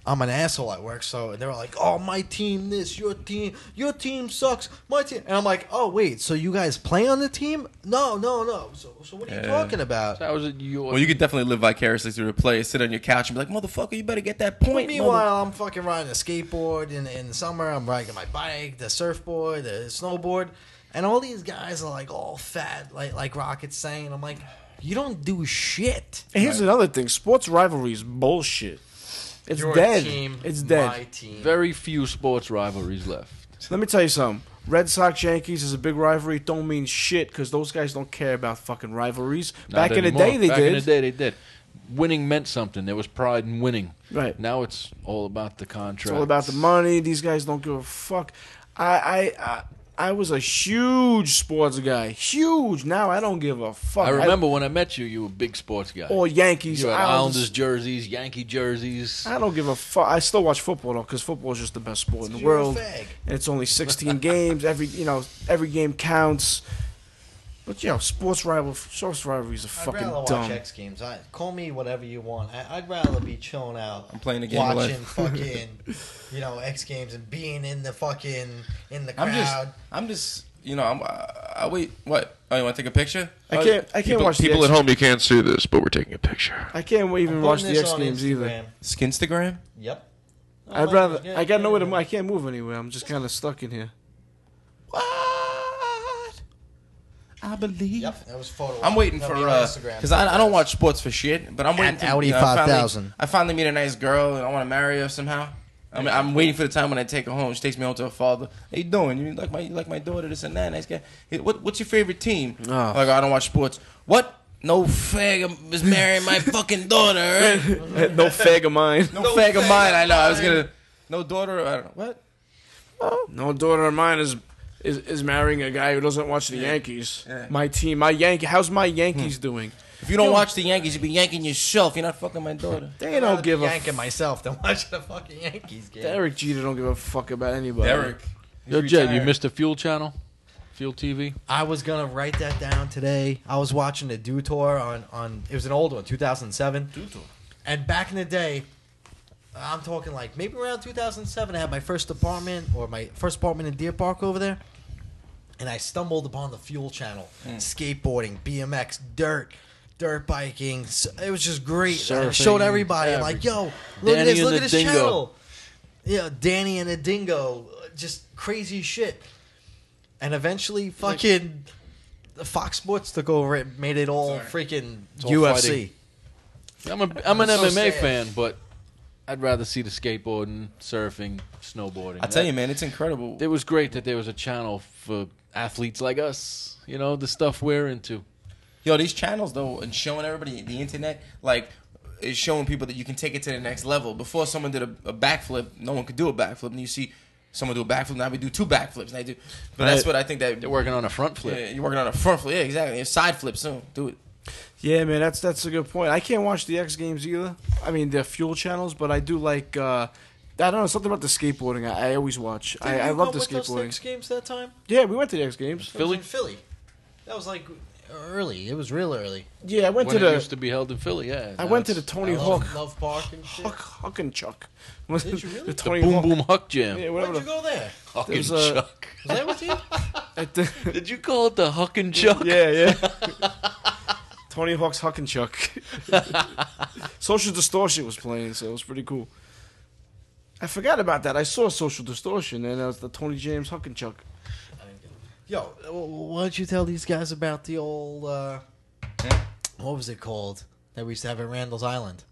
F: I'm an asshole at work, so they're like, oh, my team, this, your team, your team sucks, my team, and I'm like, oh, wait, so you guys play on the team? No, no, no. So, so what are you
D: Yeah.
F: talking about?
E: That was a your.
D: Well, you could definitely live vicariously through the play, sit on your couch and be like, motherfucker, you better get that point. mother-"
F: Meanwhile, I'm fucking riding a skateboard in, in the summer. I'm riding my bike, the surfboard, the snowboard, and all these guys are like all fat, like like Rocket's saying. I'm like, you don't do shit.
C: and here's another thing: sports rivalries bullshit. It's
F: Your
C: dead.
F: team,
C: it's dead.
F: My team.
E: very few sports rivalries left.
C: Let me tell you something. Red Sox Yankees is a big rivalry. It Don't mean shit because those guys don't care about fucking rivalries.
E: Not
C: Back in the
E: anymore.
C: day, they
E: Back
C: did.
E: in the day, they did. Winning meant something. There was pride in winning.
C: Right.
E: Now it's all about the contract.
C: It's all about the money. These guys don't give a fuck. I I I, I was a huge sports guy. Huge. Now I don't give a fuck.
E: I remember when I met you, you were a big sports guy.
C: all Yankees.
E: you had
C: Islanders.
E: Islanders jerseys, Yankee jerseys.
C: I don't give a fuck. I still watch football though, because football is just the best sport in the
F: You're a
C: world.
F: fag.
C: And it's only 16 games. Every you know, every game counts. But you know, sports rival, sports rivalries are
F: I'd
C: fucking
F: rather watch
C: dumb.
F: X Games. I, call me whatever you want. I, I'd rather be chilling out.
D: I'm playing the game of
F: watching
D: life.
F: fucking, you know, X Games and being in the fucking in the crowd.
D: I'm just, I'm just, you know, I'm, I, I wait, what? Oh, you want to take a picture?
C: I
D: Oh,
C: can't. I can't
D: people-
C: watch
H: People
C: the
H: at
C: X,
H: home, you can't see this, but we're taking a picture.
C: I can't even
F: I'm
C: watch
F: putting
C: the X
F: this on
C: Games either.
F: Instagram. Oh,
D: Skinstagram?
F: Yep.
C: I'd rather. I got nowhere to. I can't move anywhere. I'm just kind of stuck in here.
D: What? I believe.
F: Yep, that was photo.
D: I'm waiting
F: That'll
D: for
F: be on
D: uh,
F: Instagram.
D: because I, I don't watch sports for shit, but I'm waiting.
F: At
D: to-
F: Audi
D: you know, I finally-
F: 5000.
D: I finally meet a nice girl and I want to marry her somehow. I mean, I'm waiting for the time when I take her home. She takes me home to her father. How you doing? You like my you like my daughter? This and that. Nice guy. Hey, What what's your favorite team?
C: Oh.
D: Like I don't watch sports. What? No fag is marrying my fucking daughter. right?
C: no fag of mine.
D: No, fag of mine. I know. I was gonna. No daughter. I don't know. What?
C: No daughter of mine is is, is marrying a guy who doesn't watch the Yankees.
D: Yeah.
C: My team, my Yankee. How's my Yankees doing?
D: If you don't watch the Yankees, you be yanking yourself. You're not fucking my daughter.
C: They
F: I'd rather
C: don't
F: be
C: give a
F: yanking myself than watching the fucking Yankees game.
C: Derek Jeter don't give a fuck about anybody.
E: Yo, Jed, you missed the Fuel Channel, Fuel TV.
F: I was gonna write that down today. I was watching the Dew Tour on on it was an old one, 2007. Dew Tour. And back in the day, I'm talking like maybe around 2007. I had my first apartment or my first apartment in Deer Park over there, and I stumbled upon the Fuel Channel,
E: Hmm.
F: skateboarding, BMX, dirt. Dirt biking, s- it was just great. I
E: Surfing,
F: showed everybody, I'm like, "Yo, look
E: Danny
F: at this!
E: and
F: Look
E: the
F: at this
E: Dingo.
F: channel!" Yeah, Danny and a dingo, just crazy shit. And eventually, fucking Fox Sports took over it, made it all freaking
E: all
F: UFC.
E: fighting. I'm, a, I'm an
F: That's so
E: MMA
F: sad.
E: fan, but I'd rather see the skateboarding, surfing, snowboarding.
D: I tell you, man, it's incredible.
E: it was great that there was a channel for athletes like us. You know, the stuff we're into.
D: Yo, these channels though, and showing everybody the internet, like, is showing people that you can take it to the next level. Before someone did a, a backflip, no one could do a backflip, and you see someone do a backflip. Now we do two backflips. And I do, but that's
E: Right.
D: what I think that
E: They're working on a front flip.
D: Yeah, you're working on a front flip. Yeah, exactly. A side flip soon. Do it.
C: Yeah, man, that's that's a good point. I can't watch the X Games either. I mean, they're fuel channels, but I do like. Uh, I don't know something about the skateboarding. I, I always watch. I, I love the skateboarding.
F: games that time.
C: Yeah, we went to the X Games.
F: Philly, in Philly. That was like early. It was real early.
C: Yeah, I went
E: When
C: to
E: it
C: the.
E: used to be held in Philly, yeah.
C: I
E: Now
C: went to the
E: it's
C: Tony
F: I
C: Hawk.
F: love, Love Park and shit.
C: Huck, Huck and Chuck.
F: Did you really?
C: the
F: The
C: Tony
E: Boom
C: Hawk.
E: Boom Huck Jam.
C: Yeah,
F: When'd
C: whatever.
F: you go there?
E: Huck and
C: There's a-
E: Chuck.
F: Was that with you?
C: At the-
E: Did you call it the Huck and Chuck?
C: yeah, yeah. Tony Hawk's Huck and Chuck. Social Distortion was playing, so it was pretty cool. I forgot about that. I saw Social Distortion, and that was the Tony James Huck and Chuck.
F: Yo, wh- wh- why don't you tell these guys about the old uh, what was it called that we used to have at Randall's Island?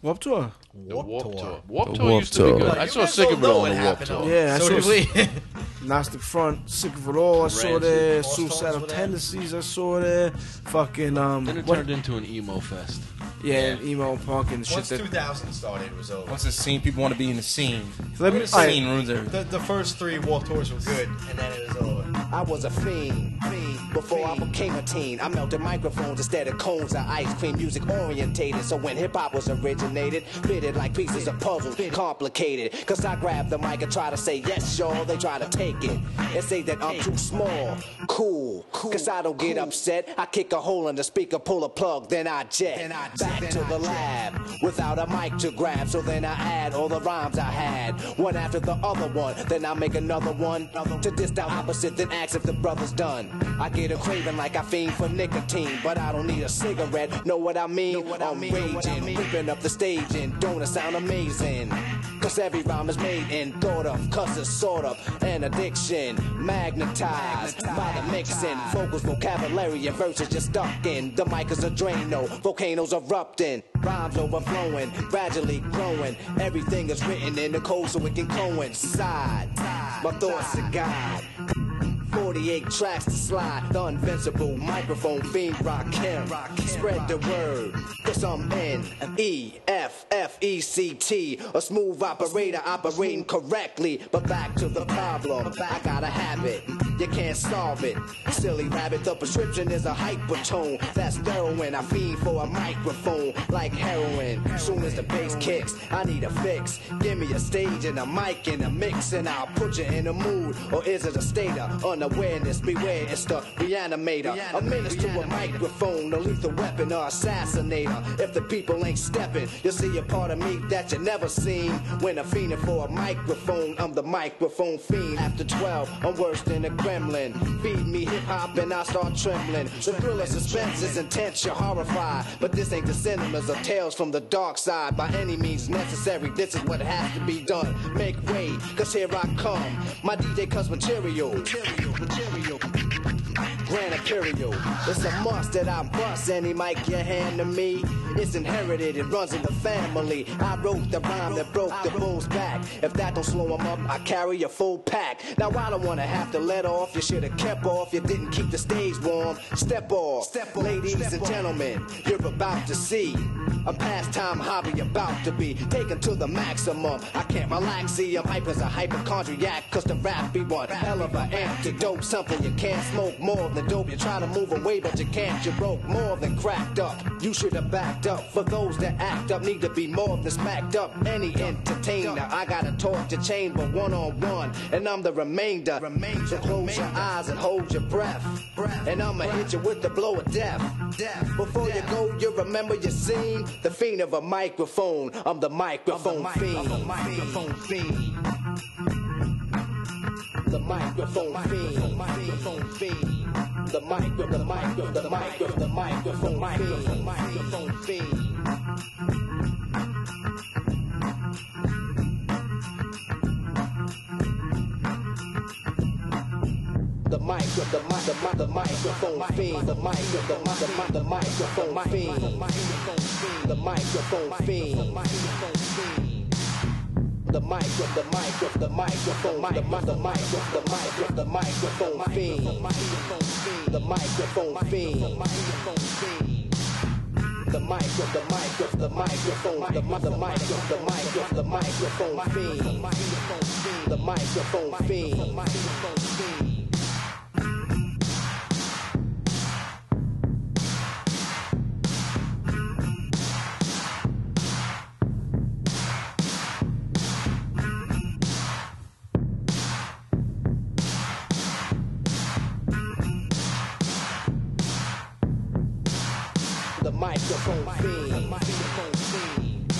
C: Warped Tour.
E: The Warped,
F: Warped
E: Tour.
F: Tour.
E: Warped
H: The
E: Tour
H: Warped
E: used to be
H: Tour.
E: good.
F: Like,
E: I
F: you
E: saw
F: guys all
E: Sick of It
F: know
E: All
F: what
E: on the Warped
F: happened
E: Tour.
F: on-
C: Yeah, I
F: so
C: saw
F: did we.
C: Gnostic Front, Sick of It All, I saw
E: Rancid.
C: that.
F: Lost Tones
C: Suicidal
F: were there.
C: Tendencies, I saw that. Fucking, um,
E: Then it
C: what-
E: turned into an emo fest.
C: yeah, emo punk and shit.
G: Once
C: That,
G: 2000 started, it was over.
D: Once the scene, people want to be in the scene.
C: let me,
D: The
C: alright,
D: scene ruins everything.
G: The, the first three Warped Tours were good, and then it was over.
I: I was a fiend, fiend before I became a teen. I melted microphones instead of cones of ice cream, music orientated. So when hip hop was originated, fitted like pieces of puzzles, complicated. Cause I grab the mic and try to say yes, y'all. They try to take it and say that I'm too small. Cool, cause I don't get upset. I kick a hole in the speaker, pull a plug, then I jet. Back to the lab without a mic to grab. So then I add all the rhymes I had, one after the other one. Then I make another one to diss the opposite, then ask if the brother's done. I get a craving like I fiend for nicotine, but I don't need a cigarette. Know what I mean? I'm raging, ripping up the stage, and don't it sound amazing? Cause every rhyme is made and thought of, cause it's sort of an addiction, magnetized by the mixing. Vocals, vocabulary, and verses just stuck in. The mic is a drano, volcanoes erupting, rhymes overflowing, gradually growing. Everything is written in the code so it can coincide. My thoughts are God. 48 tracks to slide. The invincible microphone fiend rock him. Spread the word. Cause I'm N E F F E C T. A smooth operator operating correctly. But back to the problem. I gotta have it. You can't solve it. Silly rabbit, the prescription is a hypertone. That's heroin. I feed for a microphone like heroin. Soon as the bass kicks, I need a fix. Give me a stage and a mic and a mix, and I'll put you in a mood. Or is it a state of unawareness? Beware, it's the reanimator. A menace to a microphone, a lethal weapon, or assassinator. If the people ain't stepping, you'll see a part of me that you never seen. When I'm fiending for a microphone, I'm the microphone fiend. After 12, I'm worse than a gremlin. Feed me hip hop and I start trembling. The thrill of suspense is intense, you're horrified. But this ain't the cinemas or tales from the dark side. By any means necessary, this is what has to be done. Make way, cause here I come. My DJ cuts material. Material, material. Grand Imperial. It's a must that I bust any mic you hand to me. It's inherited, it runs in the family. I wrote the rhyme that broke the bull's back. If that don't slow 'em up, I carry a full pack. Now I don't wanna have to let off. You should have kept off. You didn't keep the stage warm. Step off, step ladies and gentlemen. You're about to see a pastime hobby about to be taken to the maximum. I can't relax, see, I'm hype as a hypochondriac, cause the rap be one hell of an antidote. Something you can't smoke more than dope. You try to move away, but you can't. You broke more than cracked up. You should have backed up. For those that act up, need to be more than smacked up. Any entertainer, I gotta talk to chamber one on one, and I'm the remainder. So close your eyes and hold your breath, and I'ma hit you with the blow of death. Before you go, you remember your scene. The fiend of a microphone. I'm the microphone fiend. I'm the microphone fiend. The microphone fiend. Microphone fiend. The micro, the micro, the micro, the microphone fiend. Microphone fiend. The mic, the mic, the mic, the microphone fiend, the mic, the mic, the mic, the microphone fiend, the microphone fiend, the microphone fiend. The mic, the mic, the microphone, the mic, the mic, the mic, the microphone fiend, the microphone fiend, the microphone fiend. the mic with the mic with the microphone, the mother mic with the mic with the microphone fiend, the microphone fiend. The microphone fiend. The microphone fiend.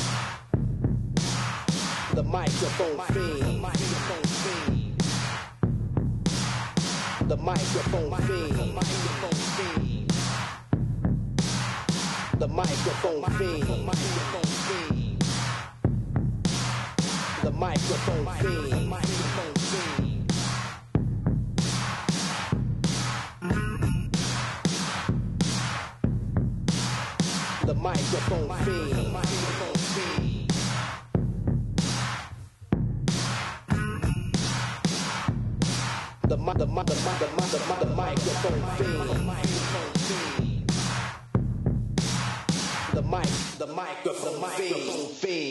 I: The microphone fiend. The microphone fiend. The microphone fiend. The microphone fiend. The mother, mother, mother, mother, mother, microphone fiend. The mic, the microphone fiend.